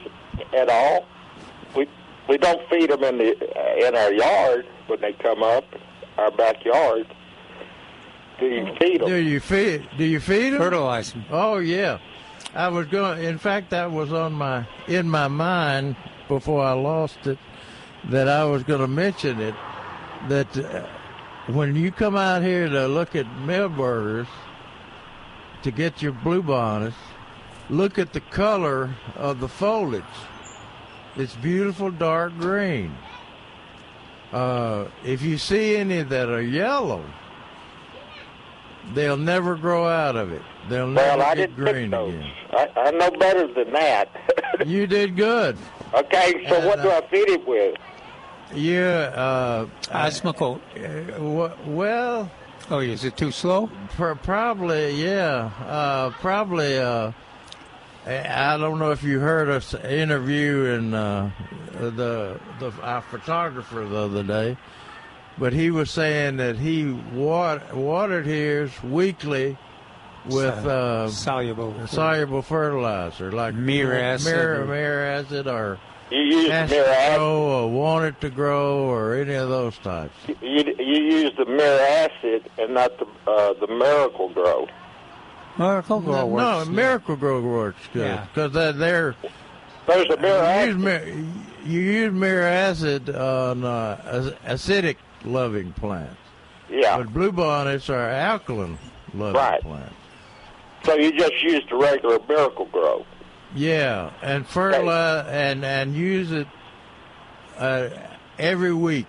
S8: at all? We we don't feed them in the uh, in our yard when they come up, our backyard. Do you feed them?
S2: Do you feed? Do you feed them?
S3: Fertilize them.
S2: Oh yeah, I was going. In fact, that was on my in my mind before I lost it that I was going to mention it. That uh, when you come out here to look at mill burgers to get your blue bonnets, look at the color of the foliage. It's beautiful dark green. Uh, if you see any that are yellow, they'll never grow out of it. They'll never
S8: Well, I
S2: get
S8: didn't pick
S2: green
S8: those.
S2: again.
S8: I, I know better than that. *laughs*
S2: You did good.
S8: okay, so
S2: And,
S8: what do
S2: uh,
S8: I feed it with?
S2: You, uh, I-
S3: Osmocote.
S2: uh, wh- well,
S3: Oh, is it too slow?
S2: pr- probably, yeah, uh, probably. Uh, I I don't know if you heard us interviewing uh, the the our photographer the other day, but he was saying that he water, watered his weekly with uh,
S3: Soluble.
S2: soluble fertilizer like
S3: Mere acid.
S2: mere, mere acid, or
S8: You use
S2: acid
S8: mirror acid.
S2: grow, or want it to grow, or any of those types.
S8: You, you use the mirror acid and not the uh, the miracle grow.
S3: Miracle Grow
S2: No,
S3: works.
S2: Miracle Grow works good
S3: Yeah.
S2: because they're,
S8: There's a mirror
S2: you
S8: acid.
S2: use mir- you use mirror acid on uh, ac- acidic loving plants,
S8: Yeah.
S2: but bluebonnets are alkaline loving
S8: Right.
S2: plants.
S8: So you just use the regular miracle grow.
S2: Yeah, and fertilize and and use it uh, every week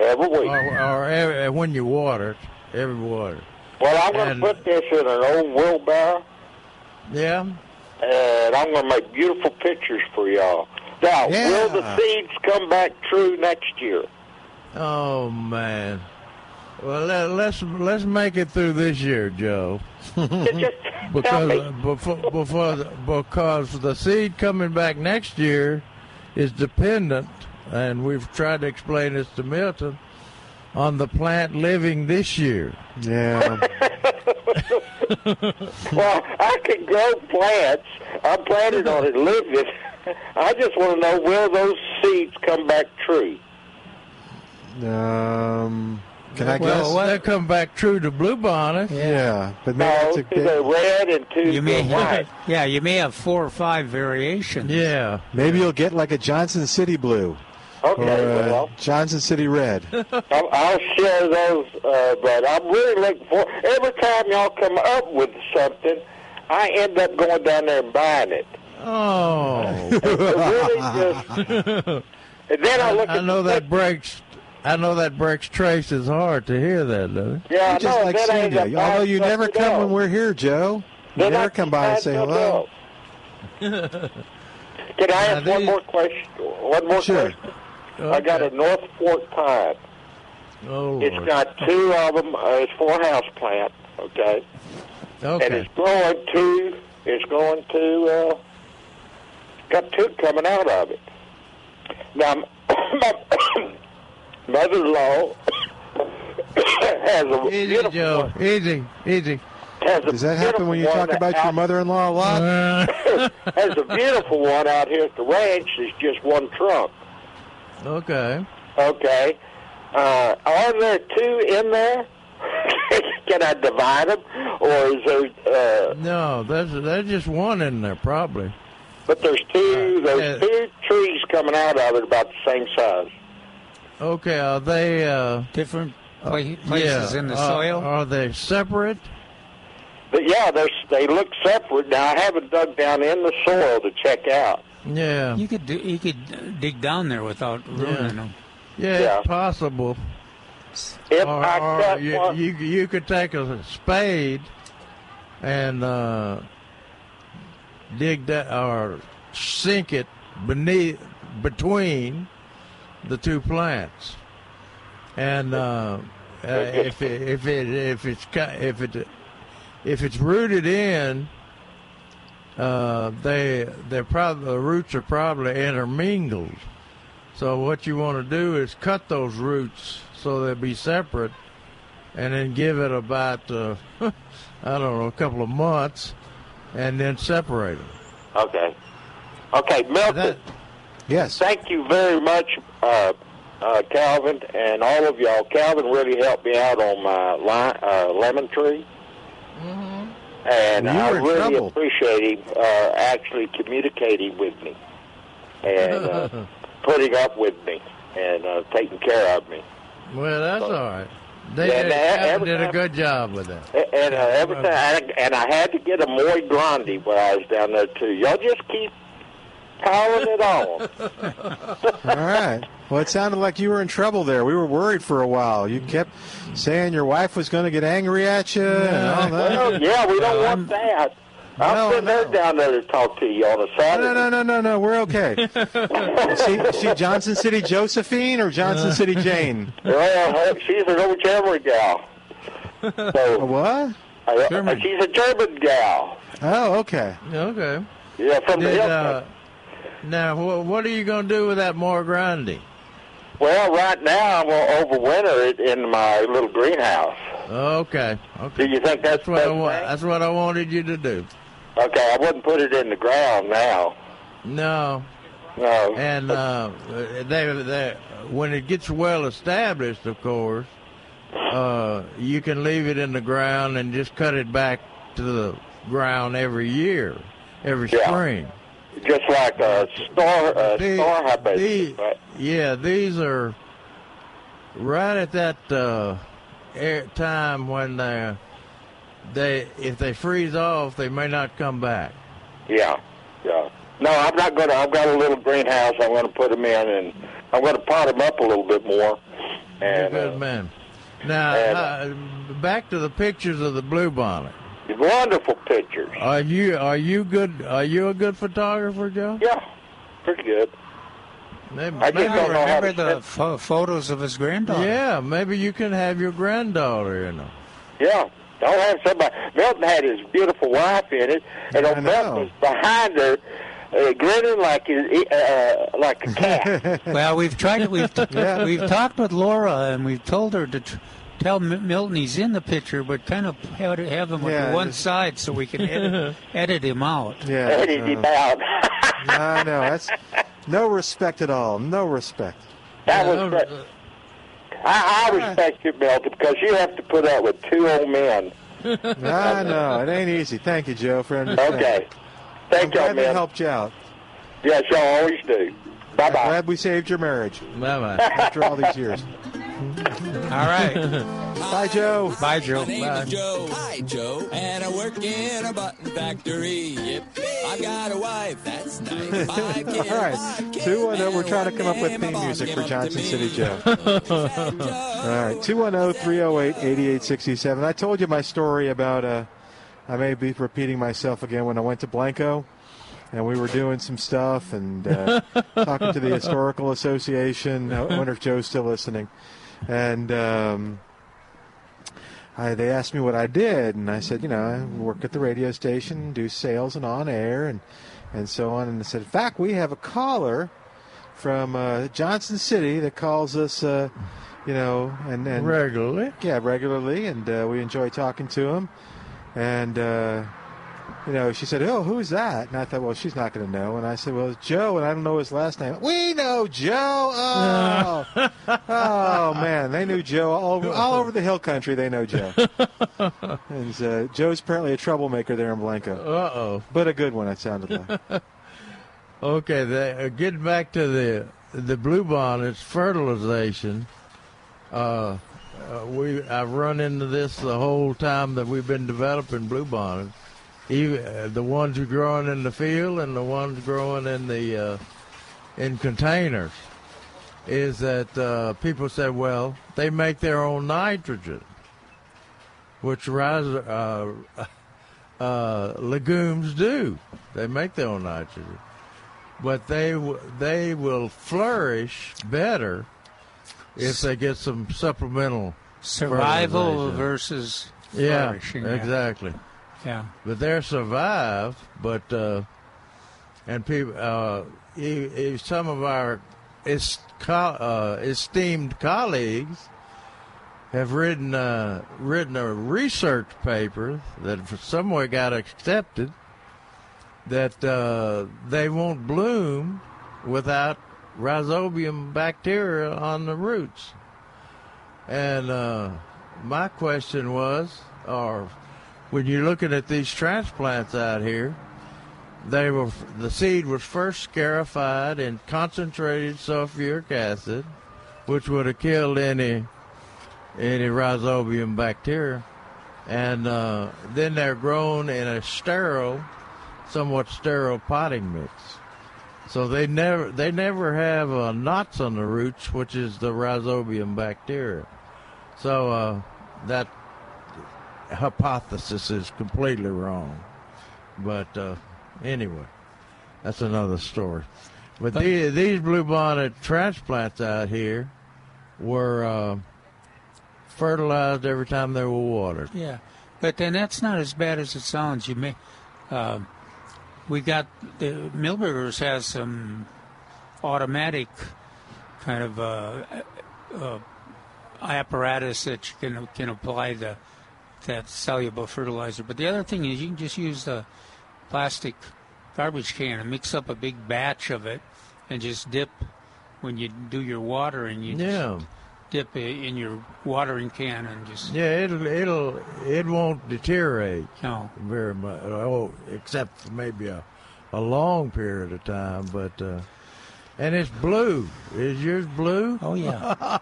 S8: Every week.
S2: or, or every, when you water it, every water.
S8: Well, I'm going
S2: and-
S8: to put this in an old wheelbarrow,
S2: Yeah.
S8: and I'm going to make beautiful pictures for y'all. Now,
S2: Yeah.
S8: will the seeds come back true next year?
S2: Oh man. Well, let, let's let's make it through this year, Joe.
S8: *laughs*
S2: *laughs*
S8: just tell
S2: Because
S8: me.
S2: before, before the, because the seed coming back next year is dependent, and we've tried to explain this to Milton, on the plant living this year.
S1: Yeah.
S8: Well, I can grow plants. I planted on it, lived it. *laughs* I just want to know will those seeds come back
S2: *laughs*
S8: true?
S1: um, can I
S2: well,
S1: guess?
S2: they come back true to bluebonnet.
S1: Yeah, but maybe
S8: No,
S1: it's
S8: to
S1: a
S8: the red and to
S3: You may
S8: the white.
S3: have, yeah, you may have four or five variations.
S2: Yeah.
S1: Maybe you'll get like a Johnson City blue or
S8: Okay,
S1: a
S8: well,
S1: Johnson City red.
S8: I'll, I'll share those, uh, but I'm really looking for. Every time y'all come up with something, I end up going down there and buying it.
S2: Oh,
S8: *laughs* It really just.
S2: *laughs*
S8: And then I look
S2: I
S8: at
S2: know
S8: the
S2: that breaks. I know that breaks Trace's heart to hear that, doesn't it?
S8: picture. Yeah, I
S1: You just
S8: know,
S1: like
S8: then I
S1: seeing
S8: end up
S1: you.
S8: buying
S1: Although you never
S8: something
S1: come
S8: else.
S1: when we're here, Joe. You
S8: Then I
S1: never
S8: keep
S1: come by and
S8: buying
S1: say
S8: something
S1: hello.
S8: *laughs* else. Can I ask
S2: Now,
S8: one
S2: these-
S8: more question? One more
S1: Sure.
S8: question. I got a North Fork pine.
S2: Oh,
S8: It's
S2: Lord.
S8: got two of them. Uh, it's for a house plant, okay? And
S2: okay.
S8: it's growing two. It's going to uh, got two coming out of it. Now, *coughs* my mother-in-law *coughs* has a
S2: Easy,
S8: beautiful
S2: Joe. Easy, easy.
S8: has a
S1: Does that happen when you
S8: beautiful
S1: talk
S8: one
S1: about your
S8: out-
S1: mother-in-law a lot?
S8: *coughs* Has a beautiful one out here at the ranch. It's just one trunk.
S2: *laughs* okay.
S8: Okay. Uh, are there two in there? *laughs* Can I divide them, or is there? Uh,
S2: No, there's there's just one in there probably.
S8: but there's two. There's
S2: yeah.
S8: two trees coming out of it about the same size.
S2: Okay, are they uh,
S3: Different pla- places
S2: yeah,
S3: in the
S2: uh,
S3: soil.
S2: Are they separate?
S8: But yeah, they're, they look separate. Now I haven't dug down in the soil to check out.
S2: Yeah,
S3: you
S2: *laughs*
S3: could do, you could dig down there without ruining
S2: Yeah.
S3: them.
S2: yeah,
S8: yeah.
S2: it's possible.
S8: If
S2: or,
S8: I
S2: or
S8: cut
S2: you,
S8: one,
S2: you you could take a spade and uh, dig that or sink it beneath between the two plants, and uh, uh, if it, if it if it's ki- if it if it's rooted in. Uh, they they're probably the roots are probably intermingled, so what you want to do is cut those roots so they'll be separate, and then give it about uh, *laughs* I don't know a couple of months, and then separate them.
S8: okay, okay, Milton.
S1: Yes.
S8: Thank you very much, uh, uh, Calvin, and all of y'all. Calvin really helped me out on my li- uh, lemon tree. And
S1: Well, you
S8: I
S1: were in
S8: really
S1: trouble.
S8: appreciate him uh, actually communicating with me
S2: *laughs*
S8: and uh, putting up with me and uh, taking care of me.
S2: Well, that's all right. They
S8: Yeah,
S2: did,
S8: man,
S2: Kevin did
S8: every
S2: a
S8: time-
S2: good job with that.
S8: A- And uh, every time, and I- and I had to get a Moy Grande when I was down there too. Y'all just keep piling it on.
S1: All right. Well, it sounded like you were in trouble there. We were worried for a while. You kept saying your wife was going to get angry at you and all that. Um,
S8: Well, yeah, we don't want that. I'm
S1: No,
S8: putting her down there to talk to you on a Saturday.
S1: No, no, no, no, no. We're
S8: *laughs*
S1: okay. Is she, is she Johnson City Josephine or Johnson City Jane?
S8: Well, uh, she's an old German gal.
S1: A
S8: So,
S1: what?
S8: uh,
S3: German.
S8: she's a German gal.
S1: Oh, okay.
S2: Okay.
S8: Yeah, from the
S2: Did,
S8: hill.
S2: uh, now, wh- what are you going to do with that more grinding?
S8: well, right now I'm gonna overwinter it in my little greenhouse.
S2: Okay. Okay.
S8: Do you think
S2: That's
S8: that's,
S2: what I
S8: the
S2: wa-
S8: best
S2: That's what I wanted you to do.
S8: thing? Okay, I wouldn't put it in the ground now.
S2: No,
S8: No.
S2: and uh, they, they, when it gets well established, of course, uh, you can leave it in the ground and just cut it back to the ground every year, every
S8: Yeah.
S2: spring.
S8: just like a star, a
S2: The-
S8: star hibiscus.
S2: the-
S8: Right?
S2: yeah, these are right at that uh, air- time when they, they, if they freeze off, they may not come back.
S8: Yeah, yeah. No, I'm not gonna. I've got a little greenhouse. I'm gonna put them in, and I'm gonna pot them up a little bit more.
S2: You're a
S8: And
S2: good
S8: uh,
S2: man. Now,
S8: and,
S2: uh, back to the pictures of the blue bonnet.
S8: wonderful pictures.
S2: Are you are you good? Are you a good photographer, Joe?
S8: Yeah, pretty good.
S2: Maybe,
S8: I
S2: maybe-
S8: just don't know how
S3: remember
S8: to.
S3: the pho- photos of his granddaughter.
S2: yeah, maybe you can have your granddaughter in them.
S8: Yeah. Don't have somebody. Milton had his beautiful wife in it, and
S1: I
S8: old
S1: know.
S8: Milton was behind her, uh, grinning like his, uh, like a
S3: *laughs*
S8: cat.
S3: Well, we've tried. We've we've talked with Laura, and we've told her to tr- tell M- Milton he's in the picture, but kind of have, have him with
S1: Yeah,
S3: one
S1: just-
S3: side so we can
S2: *laughs*
S3: edit, edit him out.
S1: Yeah.
S8: and he's
S1: uh,
S8: about.
S1: I know. That's no respect at all. No respect.
S8: that
S2: Yeah,
S8: was. great.
S2: uh,
S8: I, I respect you, Milton, because you have to put up with two old men.
S1: I know. It ain't easy. Thank you, Joe, for understanding.
S8: Okay.
S1: I'm
S8: Thank y'all,
S1: glad that
S8: man.
S1: helped you out.
S8: Yes, y'all always do. Bye
S1: I'm
S8: bye.
S1: glad we saved your marriage
S2: bye-bye.
S1: after all these years.
S3: All right,
S1: Bye, Joe.
S3: *laughs* bye, Joe.
S9: My name is Joe. Hi, Joe. And I work in a button factory. Yippee. I've got a wife. That's
S1: *laughs*
S9: nice. Five kids.
S1: All
S9: Five
S1: right.
S9: kids.
S1: 210, we're trying to
S9: And
S1: come up with
S9: one
S1: theme
S9: name my
S1: music
S9: mom
S1: for
S9: gave up to
S1: Johnson City
S9: me.
S1: Joe.
S9: Fat Joe.
S1: All right, 210 308 8867. I told you my story about, uh, I may be repeating myself again, when I went to Blanco and we were doing some stuff and uh, talking to the Historical Association. I wonder if Joe's still listening. And um, I, they asked me what I did, and I said, you know, I work at the radio station, do sales and on air and, and so on. And they said, in fact, we have a caller from uh, Johnson City that calls us, uh, you know, and, and
S2: Regularly.
S1: yeah, regularly, and uh, we enjoy talking to him. And uh, you know, she said, "Oh, who's that?" And I thought, "Well, she's not going to know." And I said, "Well, it's Joe," and I don't know his last name. We know Joe. Oh, oh man, they knew Joe all over, all over the hill country. They know Joe. and uh, Joe's apparently a troublemaker there in Blanco,
S2: Uh oh.
S1: but a good one. It sounded like.
S2: Okay, the, uh, getting back to the the blue bonnets fertilization. Uh, uh, we I've run into this the whole time that we've been developing blue bonnets. Even uh, the ones who growing in the field and the ones growing in the uh, in containers. is that uh, people say, well, they make their own nitrogen, which rise, uh, *laughs* uh, legumes do. They make their own nitrogen, but they w- they will flourish better if they get some supplemental
S3: Survival
S2: fertilization.
S3: versus
S2: yeah,
S3: flourishing.
S2: exactly.
S3: Yeah.
S2: But they survive, but uh, and people, uh, e- e- some of our es- co- uh, esteemed colleagues have written uh, written a research paper that for- somewhere got accepted that uh, they won't bloom without rhizobium bacteria on the roots. And uh, my question was, or when you're looking at these transplants out here, they were the seed was first scarified in concentrated sulfuric acid, which would have killed any any rhizobium bacteria, and uh, then they're grown in a sterile, somewhat sterile potting mix. So they never they never have uh, knots on the roots, which is the rhizobium bacteria. So uh, that hypothesis is completely wrong. But uh, anyway, that's another story. But the, these bluebonnet transplants out here were uh, fertilized every time they were watered.
S3: Yeah, but then that's not as bad as it sounds. You may, um we got the Millburgers has some automatic kind of uh, uh, apparatus that you can can apply the that soluble fertilizer. But the other thing is you can just use the plastic garbage can and mix up a big batch of it and just dip when you do your watering. You
S2: Yeah.
S3: just dip i- in your watering can and just
S2: Yeah, it'll it'll it won't deteriorate
S3: No.
S2: very much. Oh, except for maybe a, a long period of time. But uh, and it's blue. Is yours blue?
S3: Oh
S2: *laughs*
S3: yeah,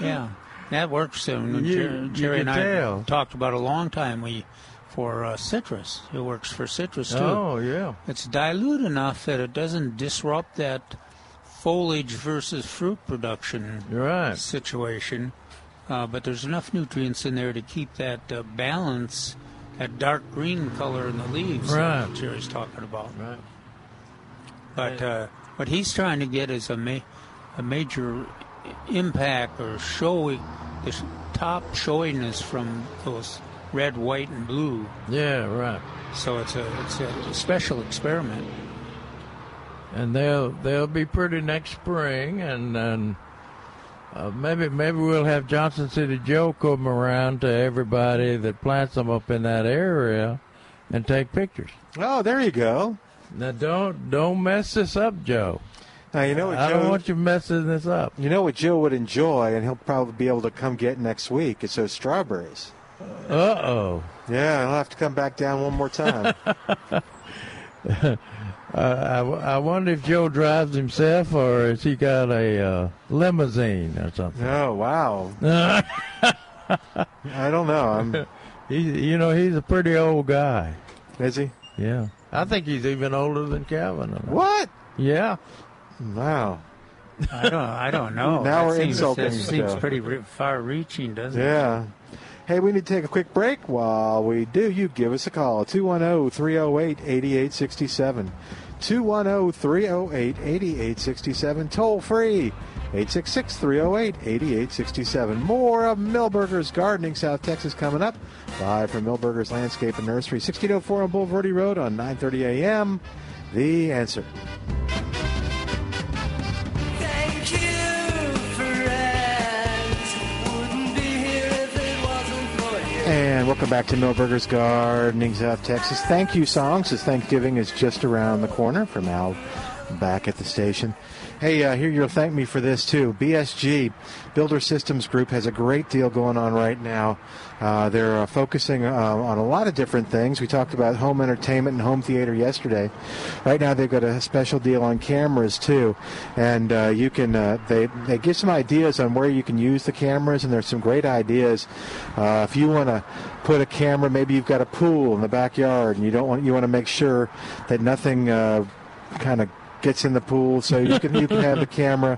S3: yeah. That works. And
S2: You-
S3: Jer-
S2: you
S3: Jerry
S2: can
S3: and I
S2: tell.
S3: talked about a long time. We for uh, citrus. It works for citrus too.
S2: Oh yeah.
S3: It's dilute enough that it doesn't disrupt that foliage versus fruit production
S2: You're right.
S3: situation. Uh, but there's enough nutrients in there to keep that uh, balance, that dark green color in the leaves
S2: Right.
S3: that Jerry's talking about.
S2: Right.
S3: But uh, what he's trying to get is a, ma- a major impact or showy, this top showiness from those red, white, and blue.
S2: Yeah, right.
S3: So it's a it's a special
S2: *laughs*
S3: experiment.
S2: And they'll they'll be pretty next spring, and and uh, maybe maybe we'll have Johnson City Joe come around to everybody that plants them up in that area, and take pictures.
S1: Oh, there you go.
S2: Now don't don't mess this up, Joe.
S1: Now you know what
S2: I
S1: Joe,
S2: don't want you messing this up.
S1: you know what Joe would enjoy, and he'll probably be able to come get next week. It's those strawberries.
S2: Uh oh.
S1: Yeah, I'll have to come back down one more time.
S2: *laughs* Uh, I, I wonder if Joe drives himself or has he got a uh, limousine or
S1: *laughs*
S2: something.
S1: oh wow, I don't know. I'm,
S2: *laughs* he, you know, he's a pretty old guy.
S1: is he?
S2: Yeah. I think he's even older than Calvin.
S1: What?
S2: Yeah.
S1: Wow.
S3: I don't I don't know.
S1: Now
S3: That
S1: we're
S3: seems,
S1: insulting
S3: That seems
S1: stuff.
S3: pretty re- far-reaching, doesn't it?
S1: Yeah. Hey, we need to take a quick break. While we do, you give us a call oh, 210 308 8867. 210 308 8867. Toll free 866 308 8867. More of Millburgers Gardening, South Texas, coming up live from Millburgers Landscape and Nursery, 1604 on Boulevardy Road on 9:30 a.m. The answer.
S7: Thank you, friends. Wouldn't be here if it wasn't for you.
S1: And welcome back to Millburgers Gardening, South Texas. Thank you songs as Thanksgiving is just around the corner from Al back at the station. Hey, uh, here you'll thank me for this too. BSG, Builder Systems Group, has a great deal going on right now. Uh, they're uh, focusing uh, on a lot of different things. We talked about home entertainment and home theater yesterday. Right now, they've got a special deal on cameras too, and uh, you can uh, they they give some ideas on where you can use the cameras, and there's some great ideas. Uh, if you want to put a camera, maybe you've got a pool in the backyard, and you don't want you want to make sure that nothing uh, kind of gets in the pool. So you can you can have the camera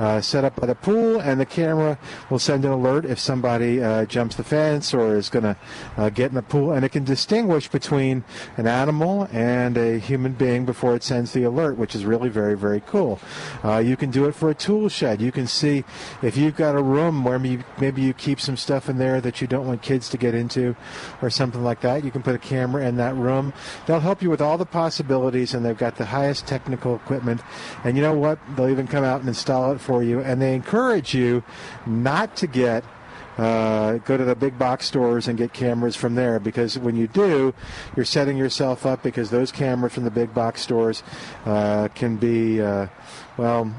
S1: uh, set up by the pool, and the camera will send an alert if somebody uh, jumps the fence or is going to uh, get in the pool, and it can distinguish between an animal and a human being before it sends the alert, which is really very very cool. Uh, you can do it for a tool shed. You can see if you've got a room where maybe maybe you keep some stuff in there that you don't want kids to get into, or something like that. You can put a camera in that room. They'll help you with all the possibilities, and they've got the highest technical equipment. And you know what? They'll even come out and install it for you. And they encourage you not to get. Uh, go to the big box stores and get cameras from there because when you do, you're setting yourself up because those cameras from the big box stores uh, can be, uh, well,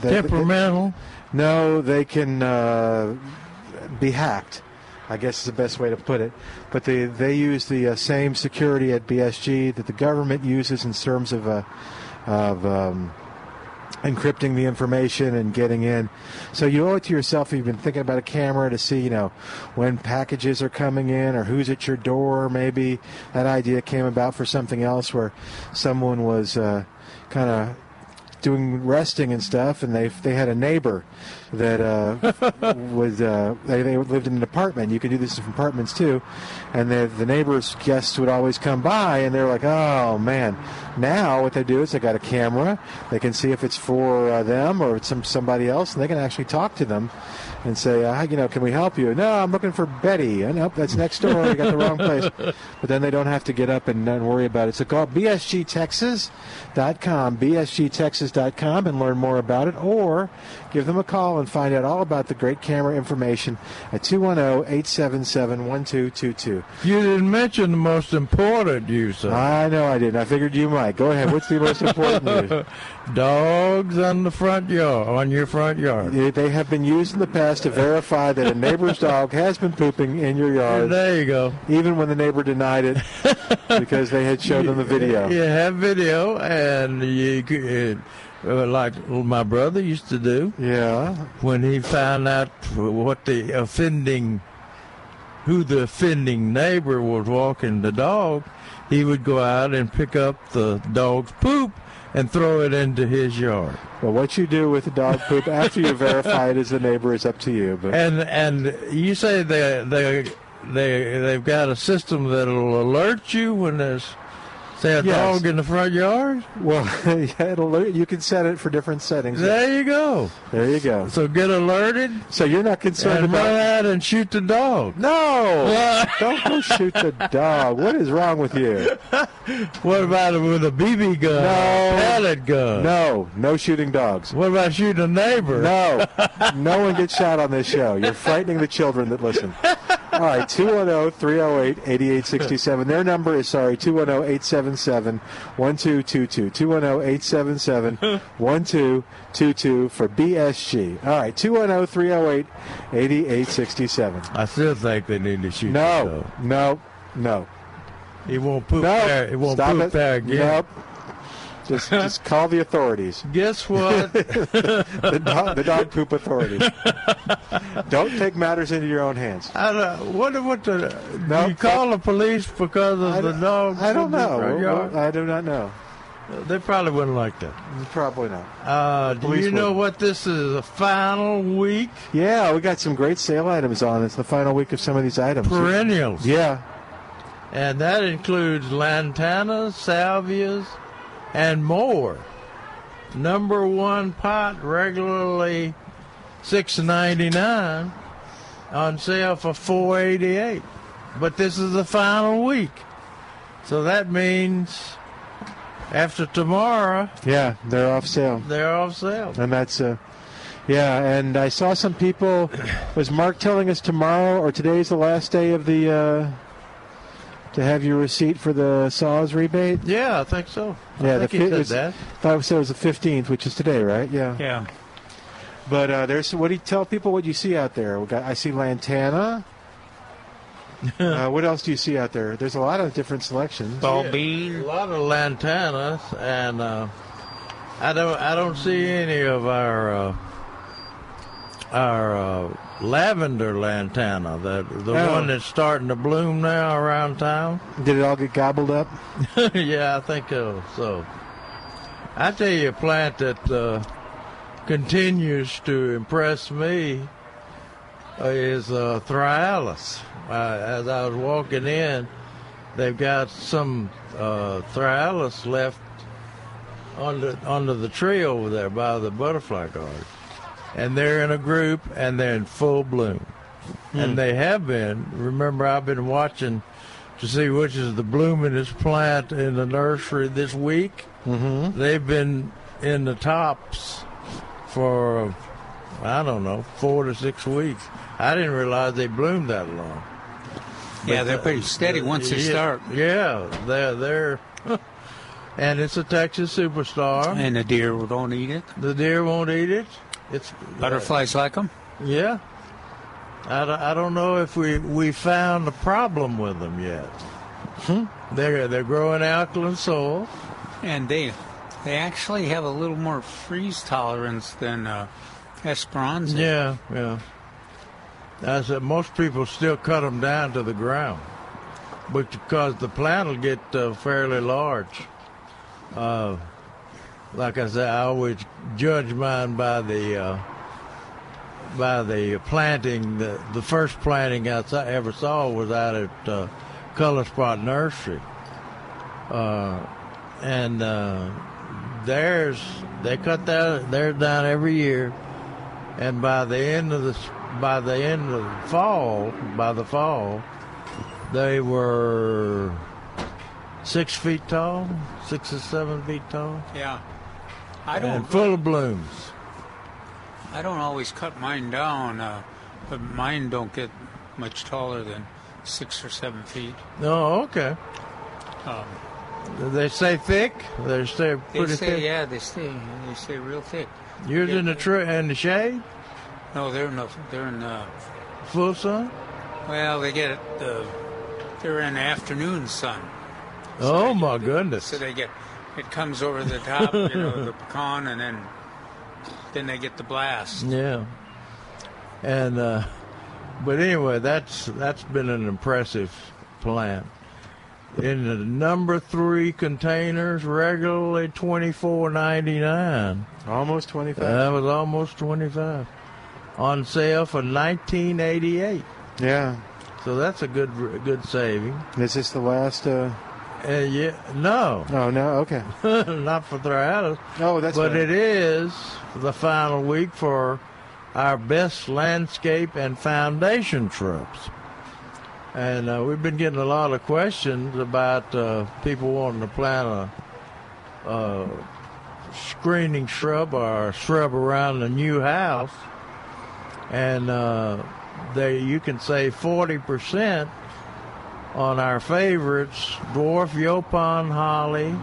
S1: they-
S2: Temperamental?
S1: no, they can uh, be hacked. I guess is the best way to put it. But they they use the uh, same security at BSG that the government uses in terms of uh, of um, encrypting the information and getting in. So you owe it to yourself if you've been thinking about a camera to see, you know, when packages are coming in or who's at your door. Maybe that idea came about for something else where someone was uh, kind of doing resting and stuff, and they they had a neighbor that uh, was uh, they, they lived in an apartment. You could do this in apartments too, and the the neighbors' guests would always come by, and they're like, "Oh man!" Now what they do is they got a camera. They can see if it's for uh, them or it's some somebody else, and they can actually talk to them and say, uh, "You know, can we help you?" No, I'm looking for Betty. Uh, nope, that's next door. You got the wrong place. But then they don't have to get up and, and worry about it. So go bsgtexas.com, bsgtexas.com, and learn more about it, or give them a call and find out all about the great camera information at 210-877-1222.
S2: You didn't mention the most important use of
S1: I know I didn't. I figured you might. Go ahead. What's the most important news?
S2: *laughs* dogs on the front yard, on your front yard.
S1: They they have been used in the past to verify that a
S2: *laughs*
S1: neighbor's dog has been pooping in your yard.
S2: There you go.
S1: even when the neighbor denied
S2: *laughs*
S1: it because they had shown them the video.
S2: You have video, and you could, uh, like my brother used to do
S1: Yeah.
S2: when he found out what the offending, who the offending neighbor was walking the dog, he would go out and pick up the dog's poop and throw it into his yard.
S1: Well, what you do with the dog poop after you verify it as the neighbor is up to you. But
S2: And and you say they they they they've got a system that'll alert you when there's say a
S1: Yes.
S2: dog in the front yard.
S1: well, *laughs* yeah, it'll, you can set it for different settings.
S2: There you go.
S1: There you go.
S2: So get alerted
S1: So you're not concerned
S2: and run
S1: about.
S2: out and shoot the dog.
S1: No, don't go shoot the dog. What is wrong with you?
S2: *laughs* What about it with a BB gun?
S1: No.
S2: Pellet gun.
S1: Oh. No, no shooting dogs.
S2: What about shooting a neighbor? *laughs*
S1: No, no one gets shot on this show. You're frightening the children that listen. All right, oh, 210 308 8867. Their number is, sorry, oh, 210 877 1222. 210 877 1222 for BSG. All right, oh, 210 308 8867.
S2: I still think they need to shoot. the
S1: No,
S2: dog.
S1: no, no.
S2: he won't poop
S1: No,
S2: there. He won't
S1: stop
S2: poop
S1: it.
S2: there again.
S1: Nope. Just, just call the authorities.
S2: *laughs* Guess what?
S1: *laughs* The dog, the dog poop authorities. Don't take matters into your own hands.
S2: I don't, wonder what the.
S1: No,
S2: do you call the police because of
S1: I
S2: the
S1: don't-
S2: dog?
S1: I don't
S2: in the
S1: know.
S2: front yard?
S1: I do not know.
S2: They probably wouldn't like that.
S1: Probably not.
S2: Uh, do
S1: police
S2: you know
S1: wouldn't.
S2: what this is? The final week
S1: Yeah, we got some great sale items on. It's the final week of some of these items.
S2: perennials,
S1: Yeah,
S2: and that includes lantanas, salvias, and more. Number one pot regularly six ninety nine, on sale for four eighty eight. But this is the final week, so that means after tomorrow
S1: yeah, they're off sale,
S2: they're off sale.
S1: and that's uh, yeah. And I saw some people. Was Mark telling us tomorrow or today's the last day of the uh, to have your receipt for the saws rebate?
S2: Yeah, I think so.
S1: Yeah,
S2: I think
S1: the
S2: he
S1: fi-
S2: said
S1: it's-
S2: that.
S1: I would say it was the fifteenth, which is today, right? Yeah.
S3: Yeah.
S1: But uh, there's what do you tell people what you see out there? We got, I see lantana. uh, what else do you see out there? There's a lot of different selections.
S3: Ball
S2: Yeah. A
S3: bean.
S2: lot of lantanas, and uh, I don't I don't see any of our uh, our uh, lavender lantana, the the
S1: Oh.
S2: one that's starting to bloom now around town. *laughs*
S1: Did it all get gobbled up?
S2: yeah, I think uh, so. I tell you, a plant that uh, continues to impress me is uh, Thrialis. Uh, as I was walking in, they've got some uh, Thrialis left under under the tree over there by the butterfly garden, and they're in a group and they're in full bloom, and they have been. Remember, I've been watching to see which is the bloomingest plant in the nursery this week. Mm-hmm. They've been in the tops for I don't know four to six weeks. I didn't realize they bloomed that long.
S3: Yeah, they're pretty steady once they
S2: yeah,
S3: start.
S2: Yeah, they're they're, *laughs* and it's a Texas superstar.
S3: And the deer don't eat it.
S2: The deer won't eat it. It's
S3: Butterflies like 'em.
S2: Yeah. I, don't- I don't know if we, we found a problem with them yet.
S3: Hmm?
S2: They're they're growing alkaline soil.
S3: and they they actually have a little more freeze tolerance than uh, Esperanza.
S2: Yeah, yeah. I said most people still cut them down to the ground, but because the plant will get uh, fairly large. Uh, like I said, I always judge mine by the uh, by the planting. The the first planting I saw, ever saw was out at uh, Color Spot Nursery, uh, and uh, theirs they cut that theirs down every year, and by the end of the s- by the end of the fall, by the fall, they were six feet tall, six or seven feet tall,
S3: Yeah. I don't
S2: and full of blooms.
S3: I don't always cut mine down, uh, but mine don't get much taller than six or seven feet.
S2: Oh, okay.
S3: Um,
S2: They stay thick. They stay
S3: they
S2: pretty
S3: stay,
S2: thick.
S3: yeah, they stay, they stay real thick.
S2: Yours in the tree in the shade,
S3: No, they're in the, they're in the,
S2: full sun.
S3: well, they get it, uh, they're in afternoon sun.
S2: oh my goodness.
S3: So they get, it comes over the top, you know,
S2: *laughs*
S3: the pecan, and then, then they get the blast.
S2: Yeah. And uh, but anyway, that's that's been an impressive plant. In the number three containers, regularly twenty four ninety nine.
S1: Almost twenty five.
S2: That was almost twenty five. On sale for nineteen eighty eight.
S1: Yeah.
S2: So that's a good a good saving.
S1: Is this the last? Uh...
S2: Uh, yeah, no,
S1: Oh no. Okay.
S2: *laughs* not for Thriatus.
S1: Oh, that's.
S2: but
S1: right.
S2: it is the final week for our best landscape and foundation trips. And uh, we've been getting a lot of questions about uh, people wanting to plant a, a uh, screening shrub or a shrub around the new house. And uh, they, you can save 40% on our favorites, dwarf Yopon holly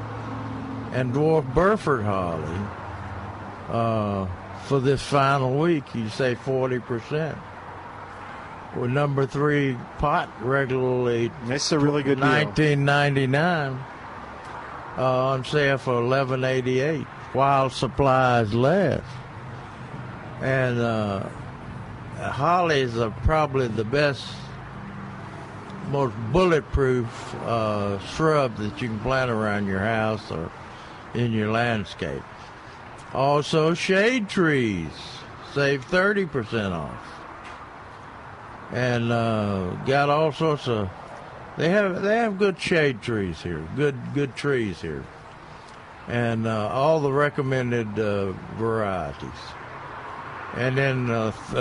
S2: and dwarf Burford holly. Uh, for this final week, you say 40%. Well, number three pot regularly
S1: That's a really good deal.
S2: 1999 uh, on sale for 1188 while supplies last and uh, hollies are probably the best most bulletproof uh, shrub that you can plant around your house or in your landscape also shade trees save 30% off and uh, got all sorts of. They have they have good shade trees here, good good trees here, and uh, all the recommended uh, varieties. And then uh, th-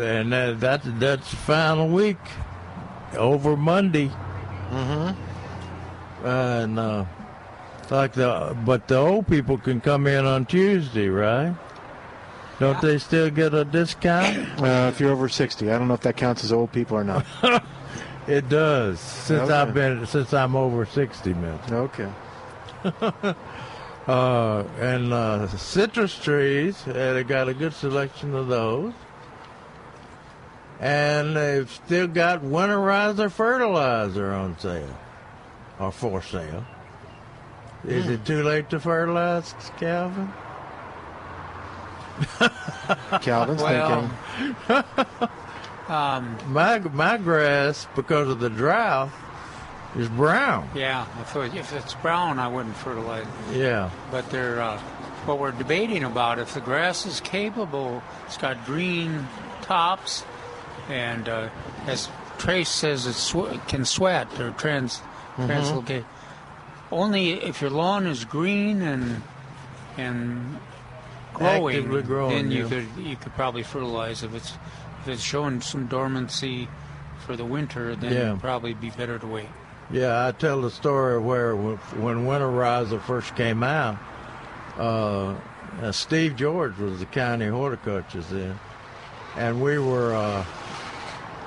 S2: uh, and that, that that's the final week over Monday. Mm-hmm. And uh, like the but the old people can come in on Tuesday, right? Don't they still get a discount?
S1: Uh, if you're over sixty, I don't know if that counts as old people or
S2: *laughs*
S1: not.
S2: It does since
S1: Okay.
S2: I've been since I'm over sixty, man.
S1: okay.
S2: Uh, and uh, citrus trees, uh, they got a good selection of those. And they've still got winterizer fertilizer on sale, or for sale. Is
S1: Hmm.
S2: it too late to fertilize, Calvin? *laughs*
S1: Calvin's
S3: Well,
S1: thinking.
S3: um,
S2: um, My my grass, because of the drought, It's brown.
S3: Yeah, if, it- if it's brown, I wouldn't fertilize. it.
S2: Yeah.
S3: But they're uh, what we're debating about. If the grass is capable, it's got green tops, and uh, as Trace says, it sw- can sweat or trans
S2: Mm-hmm.
S10: Mhm.
S3: translocate. Only if your lawn is green and and growing,
S2: Actively growing,
S3: then you
S2: yeah.
S3: could you could probably fertilize. If it's if it's showing some dormancy for the winter, then
S2: Yeah.
S3: it'd probably be better to wait.
S2: Yeah, I tell the story where w- when Winterizer first came out, uh, uh, Steve George was the county horticulturist then, and we were uh,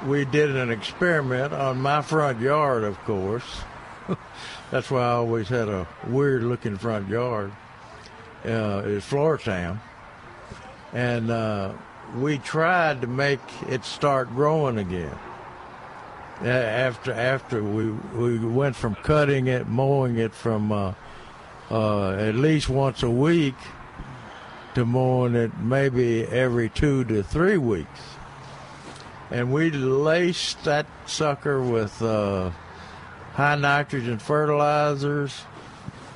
S2: we did an experiment on my front yard, of course. *laughs* That's why I always had a weird looking front yard. Uh, it's Florissant, and uh, we tried to make it start growing again. Yeah, after after we we went from cutting it, mowing it from uh, uh, at least once a week to mowing it maybe every two to three weeks, and we laced that sucker with uh, high nitrogen fertilizers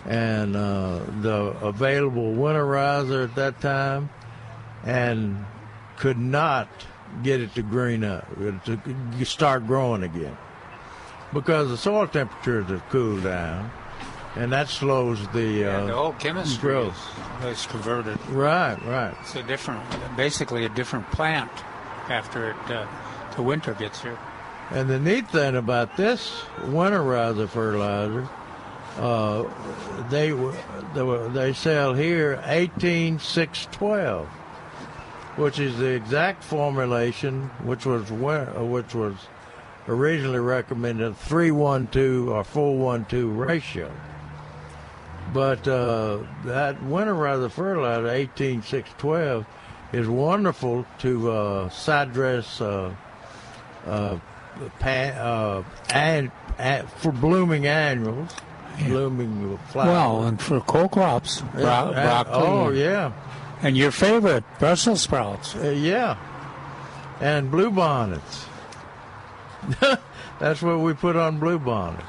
S2: and uh, the available winterizer at that time, and could not get it to green up, to start growing again, because the soil temperatures have cooled down, and that slows the uh,
S3: the whole Oh, chemistry
S2: growth.
S3: is, is converted.
S2: Right, right.
S3: It's a different, basically a different plant after it, uh, the winter gets here.
S2: And the neat thing about this winterizer fertilizer, uh, they w- they w- they sell here eighteen six twelve, which is the exact formulation which was win- uh, which was originally recommended three one two or four one two ratio. But uh, that winterizer fertilizer, 18612, is wonderful to uh, side dress uh, uh, pa- uh, and, and for blooming annuals, blooming flowers.
S3: Well, and for cold crops, bro-
S2: Yeah, and-
S3: broccoli.
S2: oh, yeah.
S3: And your favorite, Brussels sprouts.
S2: Uh, yeah, and blue bonnets. *laughs* That's what we put on blue bonnets.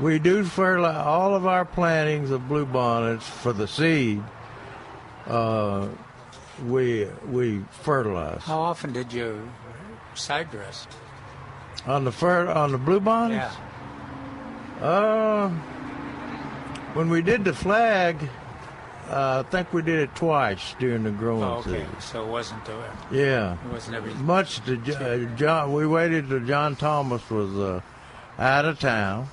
S2: We do fertilize all of our plantings of blue bonnets for the seed. Uh, we we fertilize
S3: How often did you side dress?
S2: on the fer- on the blue bonnets. Uh, when we did the flag, uh, I think we did it twice during the growing
S3: Oh, okay,
S2: season.
S3: so it wasn't the.
S2: Yeah.
S3: It wasn't
S2: *laughs*
S3: every. *laughs*
S2: Much to Jo- uh, John, we waited till John Thomas was uh, out of town,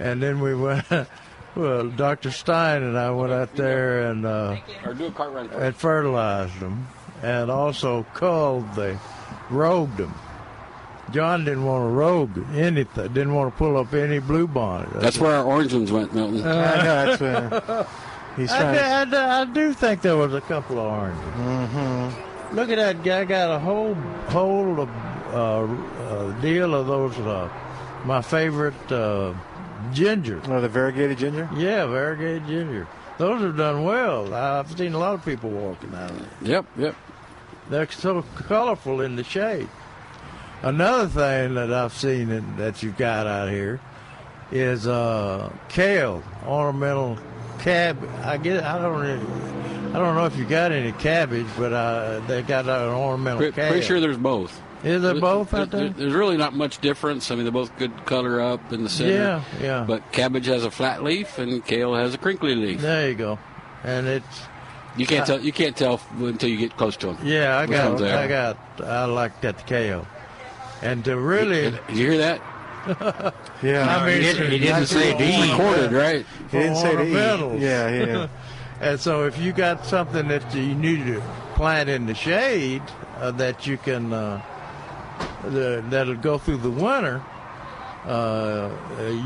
S2: and then we went. *laughs* well, Dr. Stein and I went out there and uh,
S5: Or do a cart ride.
S2: and fertilized them, and also culled the, robed them. John didn't want to rogue anything. Didn't want to pull up any blue bonnet.
S5: That's where our orange ones went, Milton.
S1: Uh,
S2: I know, that's where
S5: he's
S2: I,
S5: trying
S2: do,
S5: to-
S2: I, do, I do think there was a couple of oranges. Mm-hmm. Look at that guy got a whole whole uh, uh, deal of those. Uh, my favorite uh, ginger.
S1: Oh, the variegated ginger.
S2: Yeah, variegated ginger. Those have done well. I've seen a lot of people walking out of it.
S5: Yep, yep.
S2: They're so colorful in the shade. Another thing that I've seen that, that you've got out here is uh, kale, ornamental cab. I get. I don't. Really, I don't know if you got any cabbage, but uh, they got an ornamental
S5: Pre- *laughs*
S2: kale.
S5: Pretty sure there's both.
S2: Is there both out there?
S5: There's really not much difference. I mean, they're both good color up in the center.
S2: Yeah, yeah.
S5: But cabbage has a flat leaf and kale has a crinkly leaf.
S2: There you go. And it's
S5: You can't
S2: I-
S5: tell. You can't tell until you get close to them.
S2: Yeah, I
S5: which
S2: got.
S5: one's there.
S2: I got. I like that kale. And to really,
S5: Did you hear that?
S1: Yeah.
S2: I mean, that's the only-
S5: Recorded, right?
S1: He didn't say to eat.
S2: ornamentals.
S1: Yeah, yeah.
S2: and so if you got something that you need to plant in the shade uh, that you can uh, the, that'll go through the winter, uh, uh,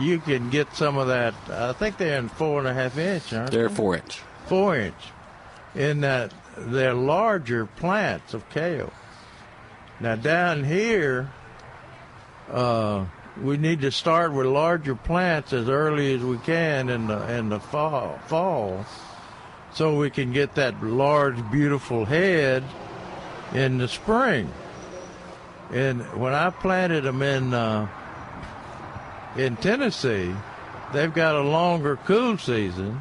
S2: you can get some of that. I think they're in four and a half inch, aren't
S5: They're
S2: they?
S5: four inch.
S2: Four inch. In that they're larger plants of kale. Now down here, uh, we need to start with larger plants as early as we can in the in the fall, fall, so we can get that large, beautiful head in the spring. And when I planted them in uh, in Tennessee, they've got a longer cool season,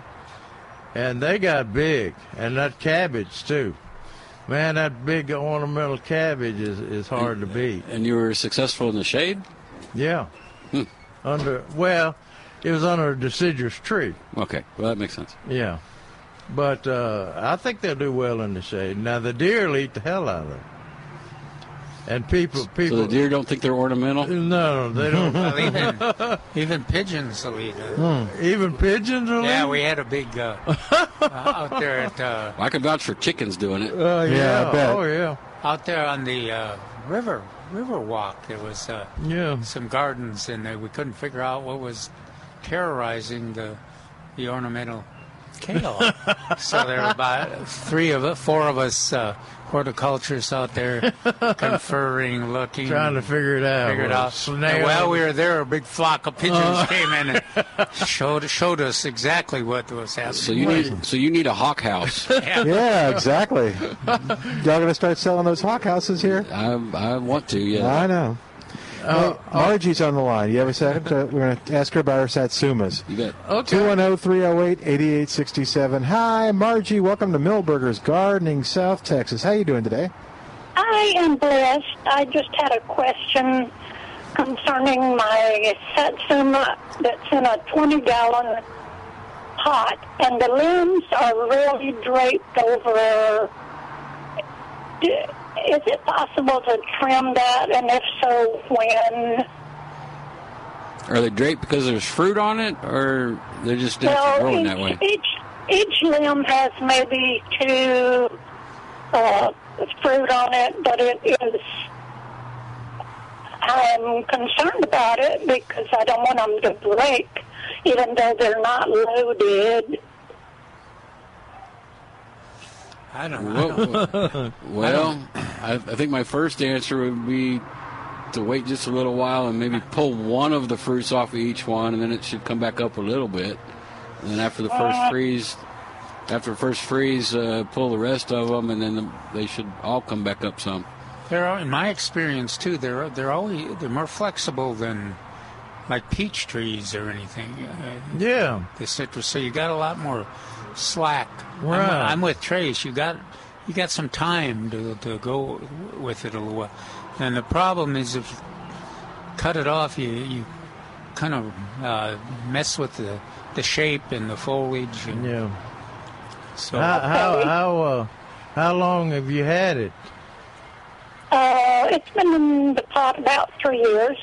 S2: and they got big, and that cabbage too. Man, that big ornamental cabbage is, is hard to beat.
S5: And you were successful in the shade?
S2: Yeah.
S5: Hmm.
S2: Under well, it was under a deciduous tree.
S5: Okay, well, that makes sense.
S2: Yeah. But uh, I think they'll do well in the shade. Now the deer'll eat the hell out of it. And people, people.
S5: So the deer don't think they're ornamental?
S2: No, they don't.
S3: Well, even, even pigeons will eat it.
S2: Even pigeons will
S3: Yeah,
S2: eat
S3: we had a big uh, *laughs* uh, out there at uh,
S5: I can vouch for chickens doing it.
S2: Uh, yeah,
S1: Yeah, I bet.
S2: Oh yeah,
S3: out there on the uh, river river walk. There was uh,
S2: yeah.
S3: some gardens, and uh, we couldn't figure out what was terrorizing the the ornamental
S2: *laughs*
S3: kale. so there were about three of four of us uh, horticulturists out
S2: *laughs*
S3: there conferring, looking,
S2: Trying to figure it out.
S3: figure it
S2: Well,
S3: out.
S2: Snail.
S3: And while we were there, a big flock of pigeons
S2: Uh-huh.
S3: came in
S2: *laughs*
S3: and showed showed us exactly what was happening.
S5: So you need so you need a hawk
S2: *laughs*
S5: house.
S1: Yeah, exactly. Y'all gonna start selling those hawk houses here?
S5: I, I want to, yeah.
S1: I know. Hey, Margie's on the line. You have a second? To, we're going to ask her about her satsumas.
S5: You bet.
S2: okay.
S1: 210 308 8867. Hi, Margie. Welcome to Millburgers Gardening, South Texas. How you doing today?
S6: I am blessed. I just had a question concerning my satsuma that's in a 20 gallon pot, and the limbs are really draped over. D- Is it possible to trim that, and if so, when?
S5: Are they draped because there's fruit on it, or they're just naturally
S6: Well,
S5: growing
S6: each,
S5: that way?
S6: each each limb has maybe two uh, fruit on it, but it is. I'm concerned about it because I don't want them to break, even though they're not loaded.
S3: I don't know.
S5: Well, *laughs* well I, I think my first answer would be to wait just a little while and maybe pull one of the fruits off of each one, and then it should come back up a little bit. And then after the first
S3: Uh,
S5: freeze, after the first freeze, uh, pull the rest of them, and then the, they should all come back up some.
S3: They're in my experience too. They're they're always they're more flexible than like peach trees or anything. Uh,
S2: Yeah.
S3: the citrus, so you got a lot more slack. I'm-
S2: Right.
S3: I'm, with Trace. You got you got some time to to go with it a little while. And the problem is if you cut it off, you you kind of uh, mess with the the shape and the foliage. And
S2: Yeah.
S3: So
S2: How how how, uh, how long have you had it?
S6: Uh, it's been in the pot about three years.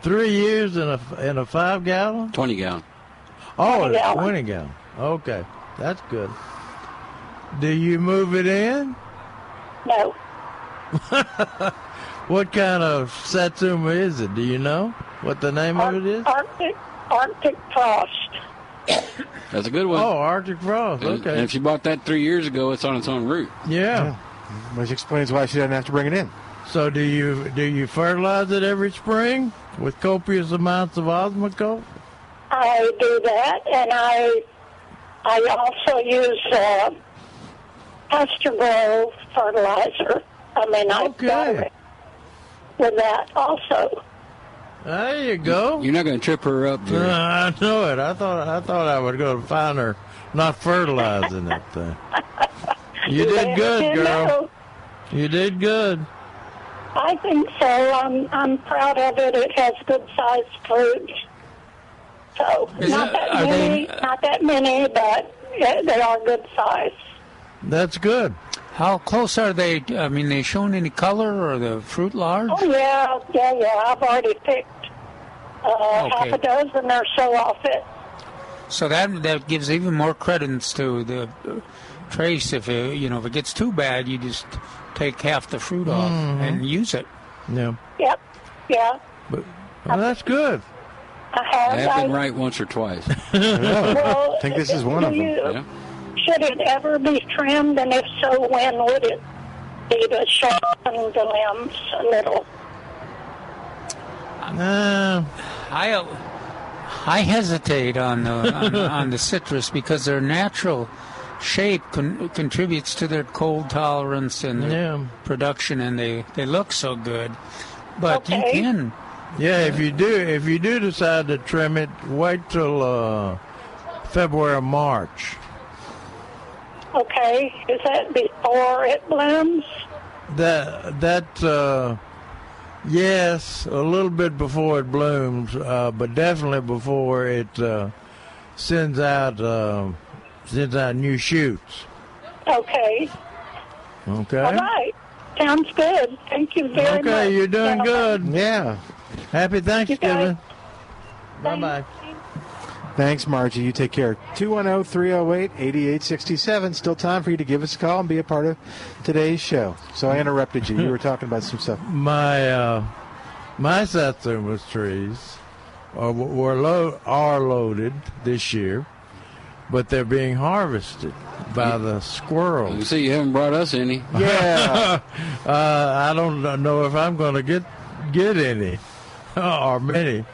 S2: Three years in a in a five gallon?
S5: Twenty gallon.
S2: Oh,
S6: 20
S2: it's
S6: gallon.
S2: twenty gallon. Okay, that's good. Do you move it in?
S6: No,
S2: *laughs* What kind of satsuma is it? Do you know what the name of it is?
S6: Arctic Arctic frost.
S5: That's a good one.
S2: Oh, Arctic frost.
S5: And-
S2: Okay.
S5: And if you bought that three years ago, it's on its own root.
S2: yeah.
S1: Which explains why she doesn't have to bring it in.
S2: So do you do you fertilize it every spring with copious amounts of osmocote?
S6: I do that, and I I also use uh, pasture grow fertilizer. I mean,
S3: Oh,
S6: I've got
S2: Okay.
S6: it with that also.
S2: There you go.
S5: You're not going to trip her up. Jerry.
S2: Uh, I know it. I thought I thought I would go to find her not fertilizing
S5: *laughs*
S2: that thing. You did good,
S6: You
S2: girl.
S6: know,
S2: You did good.
S6: I think so. I'm I'm proud of it. It has good sized fruit. So
S3: Is
S6: not
S3: it-
S6: that
S3: are they-
S6: many, not that many, but yeah, they are good size.
S2: That's good.
S3: how close are they? I mean, they showing any color or the fruit large?
S6: Oh yeah, yeah, yeah. I've already picked uh, half
S3: Okay.
S6: a dozen or so off it.
S3: So that that gives even more credence to the uh, trace. If it, you know if it gets too bad, you just take half the fruit off and use it.
S2: Mm-hmm. Yeah.
S6: Yep. Yeah.
S2: But well, that's good.
S6: I have.
S5: I have been
S6: I-
S5: right once or
S3: *laughs*
S5: twice.
S6: Well,
S1: I think this is one
S6: do
S1: of them.
S6: you-
S5: Yeah.
S6: Should it ever be trimmed, and if so, when would it be to sharpen the limbs a little?
S2: Uh,
S3: I uh, I hesitate on the on, *laughs* on the citrus because their natural shape con- contributes to their cold tolerance and their
S2: Yeah.
S3: production, and they they look so good. But you
S6: Okay.
S3: can
S2: Yeah, if you do, if you do decide to trim it, wait till uh, February, or March.
S6: Okay, is that before it blooms?
S2: That that uh, yes, a little bit before it blooms, uh, but definitely before it uh, sends out uh, sends out new shoots.
S6: Okay.
S2: Okay.
S6: All right. Sounds good. Thank you very much.
S2: Okay, you're doing good.
S1: Yeah.
S2: Happy Thanksgiving.
S6: Bye bye.
S1: Thanks, Margie. You take care. oh, 210 308 8867. Still time for you to give us a call and be a part of today's show. So I interrupted you. You
S2: *laughs*
S1: were talking about some stuff.
S2: My uh, my satsuma trees are were lo- are loaded this year, but they're being harvested by the squirrels.
S5: You see, you haven't brought us any.
S2: *laughs* Yeah. uh, I don't know if I'm going to get get any *laughs* or many,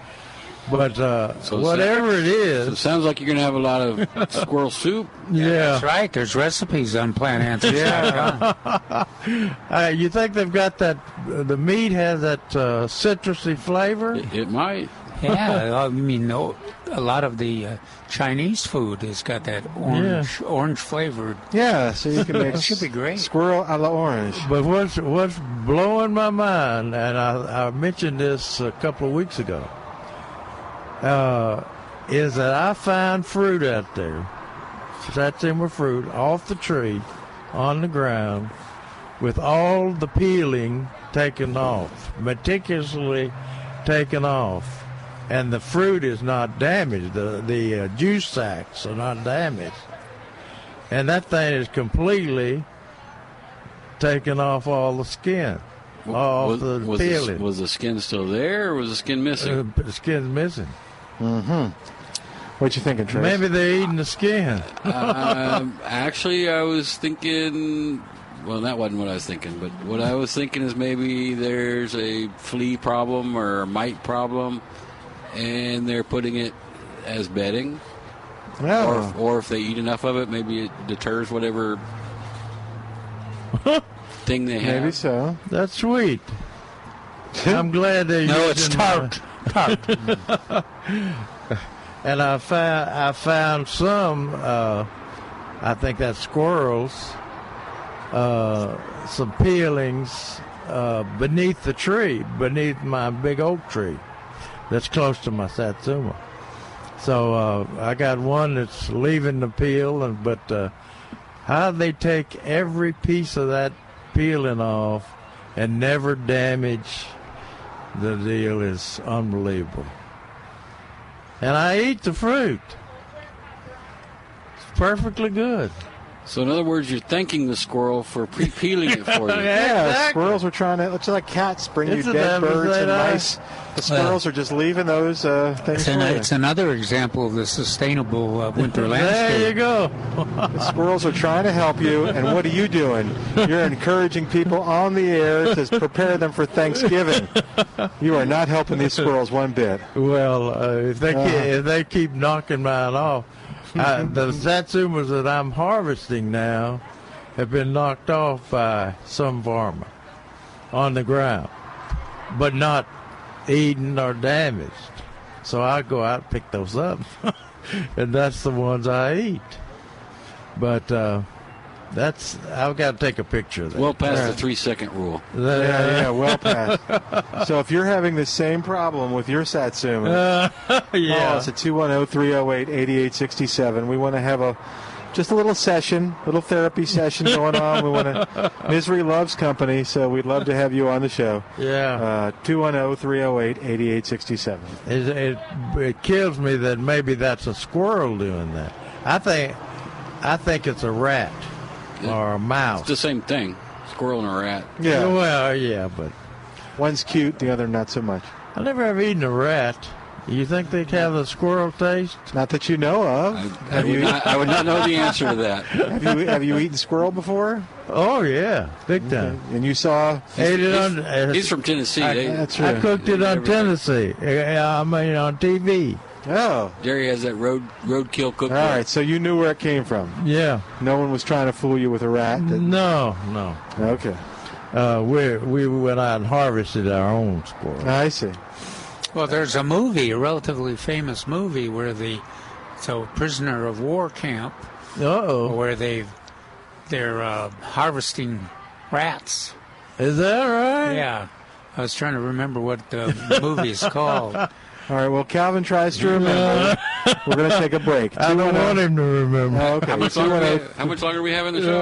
S2: but uh,
S5: So
S3: *laughs*
S2: whatever
S5: So
S2: it
S5: it
S2: is,
S5: sounds like you're going to have a lot
S2: *laughs*
S5: of squirrel soup.
S2: yeah.
S3: That's right. There's recipes on PlantAnswers.com.
S2: *laughs* Uh, you think they've got that? The meat has that uh, citrusy flavor.
S5: It, it might.
S3: yeah, I mean, o- a lot of the uh, Chinese food has got that orange, orange flavored.
S1: Yeah, so you can
S3: *laughs*
S1: make
S3: That should be great.
S1: squirrel a la orange.
S2: But what's what's blowing my mind, and I, I mentioned this a couple of weeks ago, uh, is that I find fruit out there, satsuma fruit off the tree, on the ground, with all the peeling taken off, meticulously taken off, and the fruit is not damaged. The the uh, juice sacs are not damaged, and that thing is completely taking off all the skin, all
S5: was,
S2: the
S5: was the,
S2: peeling.
S5: was the skin still there, or was the skin
S2: Uh,
S5: missing?
S2: but the skin's missing.
S1: Mm-hmm. What you thinking, Trace?
S2: Maybe they're eating the skin.
S3: Uh,
S2: *laughs*
S5: um, actually, I was thinking. Well, that wasn't what I was thinking, but what I was thinking is maybe there's a flea problem or a mite problem, and they're putting it as bedding. Or,
S1: Oh.
S5: if, or if they eat enough of it, maybe it deters whatever thing they have.
S1: Maybe so.
S2: That's sweet. I'm glad uh, they.
S3: No, it's tart. Tart.
S2: *laughs* and I found I found some. Uh, I think that's squirrels. Uh, some peelings uh, beneath the tree, beneath my big oak tree, that's close to my satsuma. So uh, I got one that's leaving the peel, and but uh, how they take every piece of that peeling off and never damage the deal is unbelievable and I eat the fruit. It's perfectly good.
S5: So, in other words, you're thanking the squirrel for pre peeling it for you.
S1: *laughs* Yeah,
S2: Exactly.
S1: squirrels are trying to. It's like cats bring
S2: It's
S1: you
S2: an
S1: dead birds and
S2: appetite, uh,
S1: mice. The squirrels are just leaving those uh, things.
S3: It's,
S1: for
S3: an,
S1: you.
S3: it's another example of the sustainable uh, winter
S2: There
S3: landscape.
S2: you go.
S1: The squirrels are trying to help you, and what are you doing? You're encouraging people on the air to prepare them for Thanksgiving. You are not helping these squirrels one bit.
S2: Well, uh, if they
S1: Uh-huh.
S2: ke if they keep knocking mine off, I, the satsumas that I'm harvesting now have been knocked off by some farmer on the ground, but not eaten or damaged. So I go out and pick those up, *laughs* and that's the ones I eat. But uh, that's I've got to take a picture of that.
S5: Well past the three second rule.
S2: There-
S1: Yeah, yeah, well
S5: *laughs*
S1: past. So if you're having the same problem with your satsuma, call
S2: *laughs* yeah.
S1: us at oh, 210-308-8867. We want to have a just a little session, little therapy
S2: *laughs*
S1: session going on. We want to. Misery loves company, so we'd love to have you on the show. Uh,
S2: Yeah.
S1: 210-308-8867.
S2: It, it, it kills me that maybe that's a squirrel doing that. I think I think it's a rat or a mouse.
S5: It's the same thing squirrel and a rat.
S1: Yeah,
S2: Well, yeah, but
S1: one's cute, the other not so much.
S2: I never have eaten a rat. You think they have the squirrel taste?
S1: Not that you know of.
S5: I, I,
S1: have,
S5: would
S1: you,
S5: not, I would not know the answer to that.
S1: *laughs* have you have you eaten squirrel before?
S2: Oh yeah, big time.
S1: And you saw
S2: Ate it on.
S5: He's, he's from Tennessee.
S2: I-
S5: They,
S1: uh, that's
S2: I
S1: true.
S2: cooked it on
S5: Everything.
S2: Tennessee. I I mean on TV.
S1: Oh,
S5: Jerry has that road roadkill cookbook.
S1: all right. So you knew where it came from.
S2: Yeah.
S1: No one was trying to fool you with a rat. that-
S2: No, no.
S1: Okay,
S2: Uh, we we went out and harvested our own squirrel.
S1: I see.
S3: Well, there's a movie, a relatively famous movie, where the so prisoner of war camp,
S2: Uh-oh.
S3: where they they're uh, harvesting rats.
S2: Is that right?
S3: Yeah, I was trying to remember what the movie is
S2: *laughs*
S3: called.
S1: All right. Well, Calvin tries to remember. We're going to take a break.
S2: I don't want him to remember.
S1: Oh, okay.
S5: How much longer? we, how much longer are we having the show?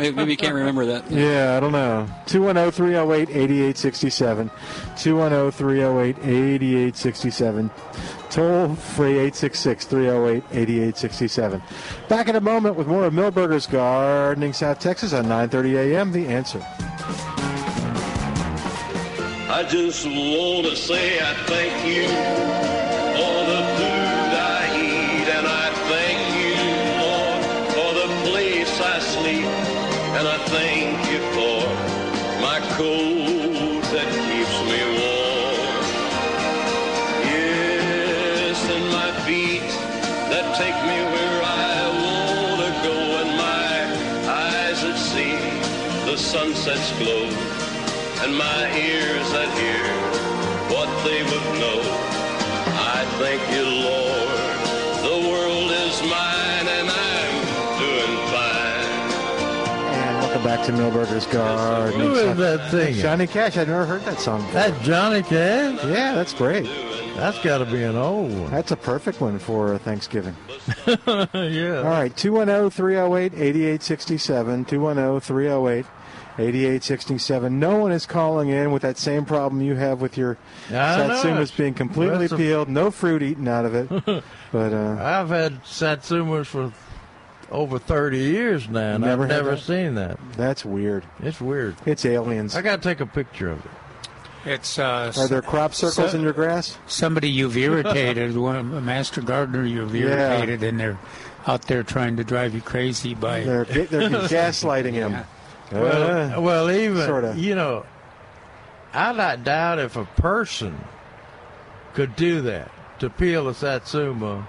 S5: *laughs* Maybe maybe you can't remember that.
S1: Yeah, I don't know. oh, 210 308 8867. 210 308 8867. Toll free 866 308 8867. Back in a moment with more of Millburgers Gardening South Texas on 9:30 a.m. The answer.
S10: I just want to say I thank you for the food I eat, and I thank you, Lord, for the place I sleep, and I thank you for my coat that keeps me warm. Yes, and my feet that take me where I want to go, and my eyes that see the sunset's glow and my ears that hear what they would know. I thank you, Lord. The world is mine and I'm doing fine.
S1: And welcome back to Millburgers Gardening
S2: Who is
S1: South
S2: that thing?
S1: Johnny Cash. I've never heard that song. before.
S2: That Johnny Cash?
S1: Yeah, that's great.
S2: That's got to be an
S1: *laughs*
S2: old one.
S1: That's a perfect one for Thanksgiving. All
S2: yeah.
S1: right, oh, 210 308 8867. 210 308 8867. No one is calling in with that same problem you have with your
S2: I know
S1: satsumas
S2: it.
S1: being completely
S2: That's a-
S1: peeled, no fruit eaten out of
S2: *laughs*
S1: it. but uh,
S2: I've had satsumas for over 30 years now, and
S1: Never
S2: I've
S1: had
S2: never
S1: that?
S2: seen that.
S1: that's weird.
S2: It's weird.
S1: It's aliens.
S2: I got to take a picture of it.
S3: It's uh,
S1: Are there crop circles in your grass?
S3: somebody you've irritated, *laughs* one, a master gardener you've
S1: Yeah.
S3: irritated, and they're out there trying to drive you crazy by.
S1: They're,
S3: *laughs*
S2: *laughs*
S1: they're gaslighting him.
S2: Well,
S1: Uh,
S2: well, even
S1: sorta.
S2: you know, I not doubt if a person could do that to peel a satsuma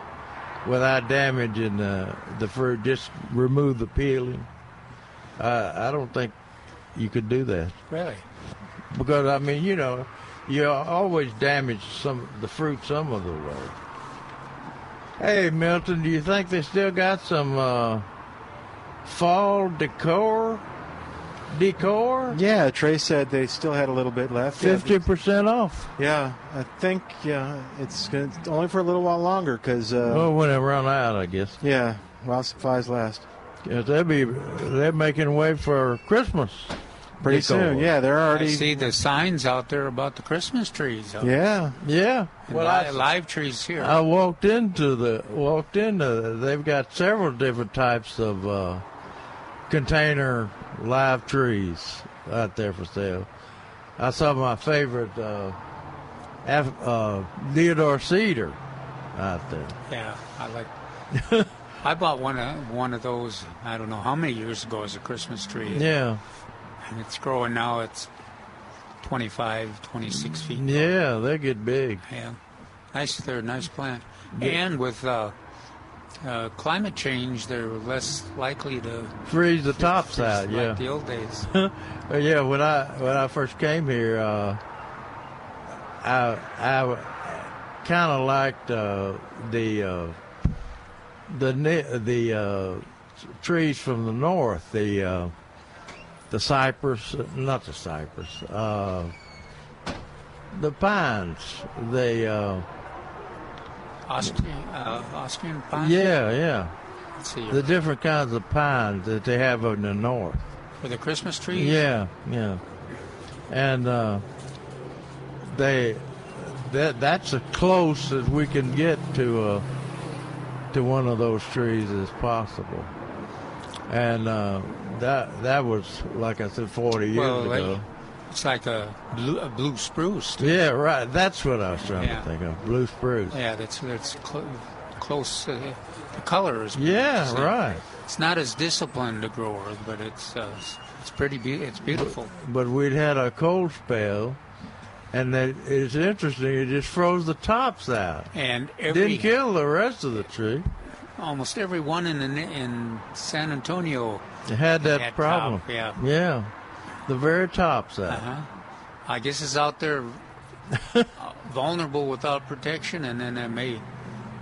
S2: without damaging the the fruit, just remove the peeling. Uh, I don't think you could do that
S3: Really?
S2: because I mean, you know, you always damage some the fruit some other way. Hey, Milton, do you think they still got some uh, fall decor? Decor?
S1: yeah, Trey said they still had a little bit left. Yeah,
S2: Fifty percent off.
S1: Yeah, I think yeah, it's gonna, only for a little while longer because uh,
S2: Well, when it run out, I guess.
S1: yeah, while supplies last.
S2: 'Cause they'll be they're making way for Christmas.
S1: Pretty
S2: Nico.
S1: soon, yeah. They're
S3: I
S1: already.
S3: see the signs out there about the Christmas trees. out
S1: Yeah, Oh.
S2: Yeah. Well,
S3: live,
S2: I,
S3: live trees here.
S2: I walked into the walked into. They've got several different types of uh, container live trees out there for sale. I saw my favorite uh, Af- uh, Theodore cedar out there.
S3: yeah, I
S1: *laughs*
S3: like. I bought one of one of those. I don't know how many years ago as a Christmas tree.
S2: Yeah.
S3: and it's growing now. It's 25, 26 feet.
S2: Yeah, they get big.
S3: Yeah, nice. They're a nice plant. And with uh, uh, climate change, they're less likely to
S2: Freeze the tops out.
S3: like
S2: Yeah.
S3: the old
S2: *laughs*
S3: days.
S2: Uh, yeah, when I when I first came here, uh, I I kind of liked uh, the uh, the ne- the uh, trees from the north, the uh, the cypress, not the cypress, uh, the pines. They uh,
S3: Austrian, uh, Austrian pine.
S2: yeah yeah
S3: Let's see,
S2: the different kinds of pines that they have in the north.
S3: for the Christmas trees.
S2: Yeah, yeah. And uh, they that that's as close as we can get to uh, to one of those trees as possible. And uh, that that was like I said, forty years
S3: Well, like-
S2: ago.
S3: it's like a blue, a blue spruce. too.
S2: yeah, right. That's what I was trying
S3: Yeah.
S2: to think of. Blue spruce.
S3: Yeah, that's that's cl- close. Uh, the color is.
S2: Yeah,
S3: it's-
S2: right.
S3: It's not as disciplined a grower, but it's uh, it's pretty be- it's beautiful.
S2: But we'd had a cold spell, and that it's interesting. It just froze the tops out.
S3: And every
S2: Didn't kill the rest of the tree.
S3: almost every one in the, in San Antonio.
S2: It had that
S3: At
S2: problem.
S3: top, yeah.
S2: Yeah. The very top side. *laughs*
S3: Uh-huh. I guess it's out there vulnerable without protection, and then that may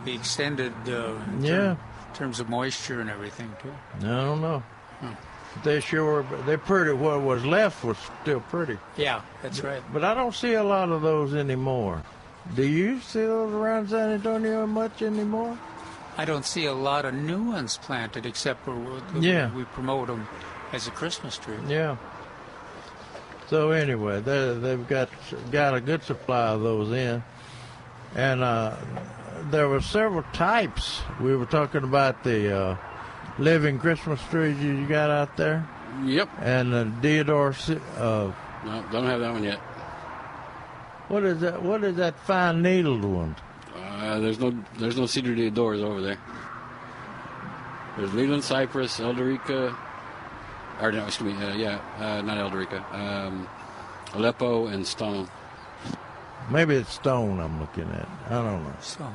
S3: be extended uh, in
S2: Yeah.
S3: term- terms of moisture and everything, too.
S2: I don't know.
S3: Hmm.
S2: They sure were, they're pretty. What was left was still pretty.
S3: Yeah, that's right.
S2: But I don't see a lot of those anymore. Do you see those around San Antonio much anymore?
S3: I don't see a lot of new ones planted except for we-
S2: Yeah.
S3: we promote them as a Christmas tree.
S2: Yeah. So anyway, they they've got got a good supply of those in, and uh, there were several types. We were talking about the uh, living Christmas trees you you got out there.
S5: Yep.
S2: And the Deodore. si- Uh,
S5: No, don't have that one yet.
S2: what is that? What is that fine needled one?
S5: Uh, there's no there's no cedar de doors over there. There's Leland Cypress, Elderica, or no, excuse me, uh, yeah, uh, not Elderica, um, Aleppo and Stone.
S2: Maybe it's stone I'm looking at. I don't know.
S3: So,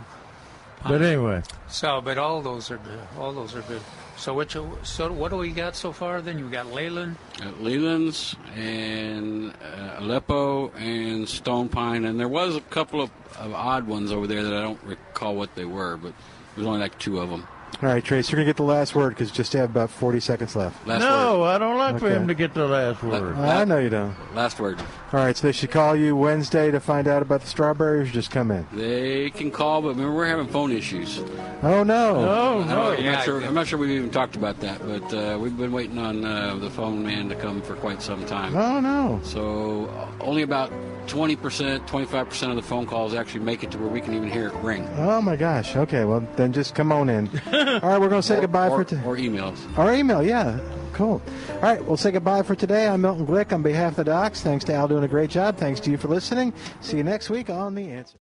S2: But anyway,
S3: so, but all those are good. All those are good. So, which, so what do we got so far? Then you got Leyland.
S5: Uh, Leland's and uh, Aleppo and Stone Pine, and there was a couple of, of odd ones over there that I don't recall what they were, but there's only like two of them.
S1: All right, Trace, you're going to get the last word because just have about 40 seconds left.
S5: Last
S2: no, I don't like for
S1: Okay.
S2: him to get the last word.
S1: I know you don't.
S5: word. Last word.
S1: All right, so they should call you Wednesday to find out about the strawberries. Just come in.
S5: They can call, but remember we're having phone issues.
S1: Oh no!
S5: I don't- I'm,
S2: Oh,
S5: not sure, I'm not sure we've even talked about that, but uh, we've been waiting on uh, the phone man to come for quite some time.
S1: Oh no!
S5: So uh, only about 20%, 25% of the phone calls actually make it to where we can even hear it ring.
S1: Oh my gosh. Okay, well then just come on
S2: *laughs*
S1: in. All right, we're going to say goodbye
S5: or,
S1: for today.
S5: or emails.
S1: Our email, yeah. Cool. All right, we'll say goodbye for today. I'm Milton Glick on behalf of the docs. Thanks to Al doing a great job. Thanks to you for listening. See you next week on The Answer.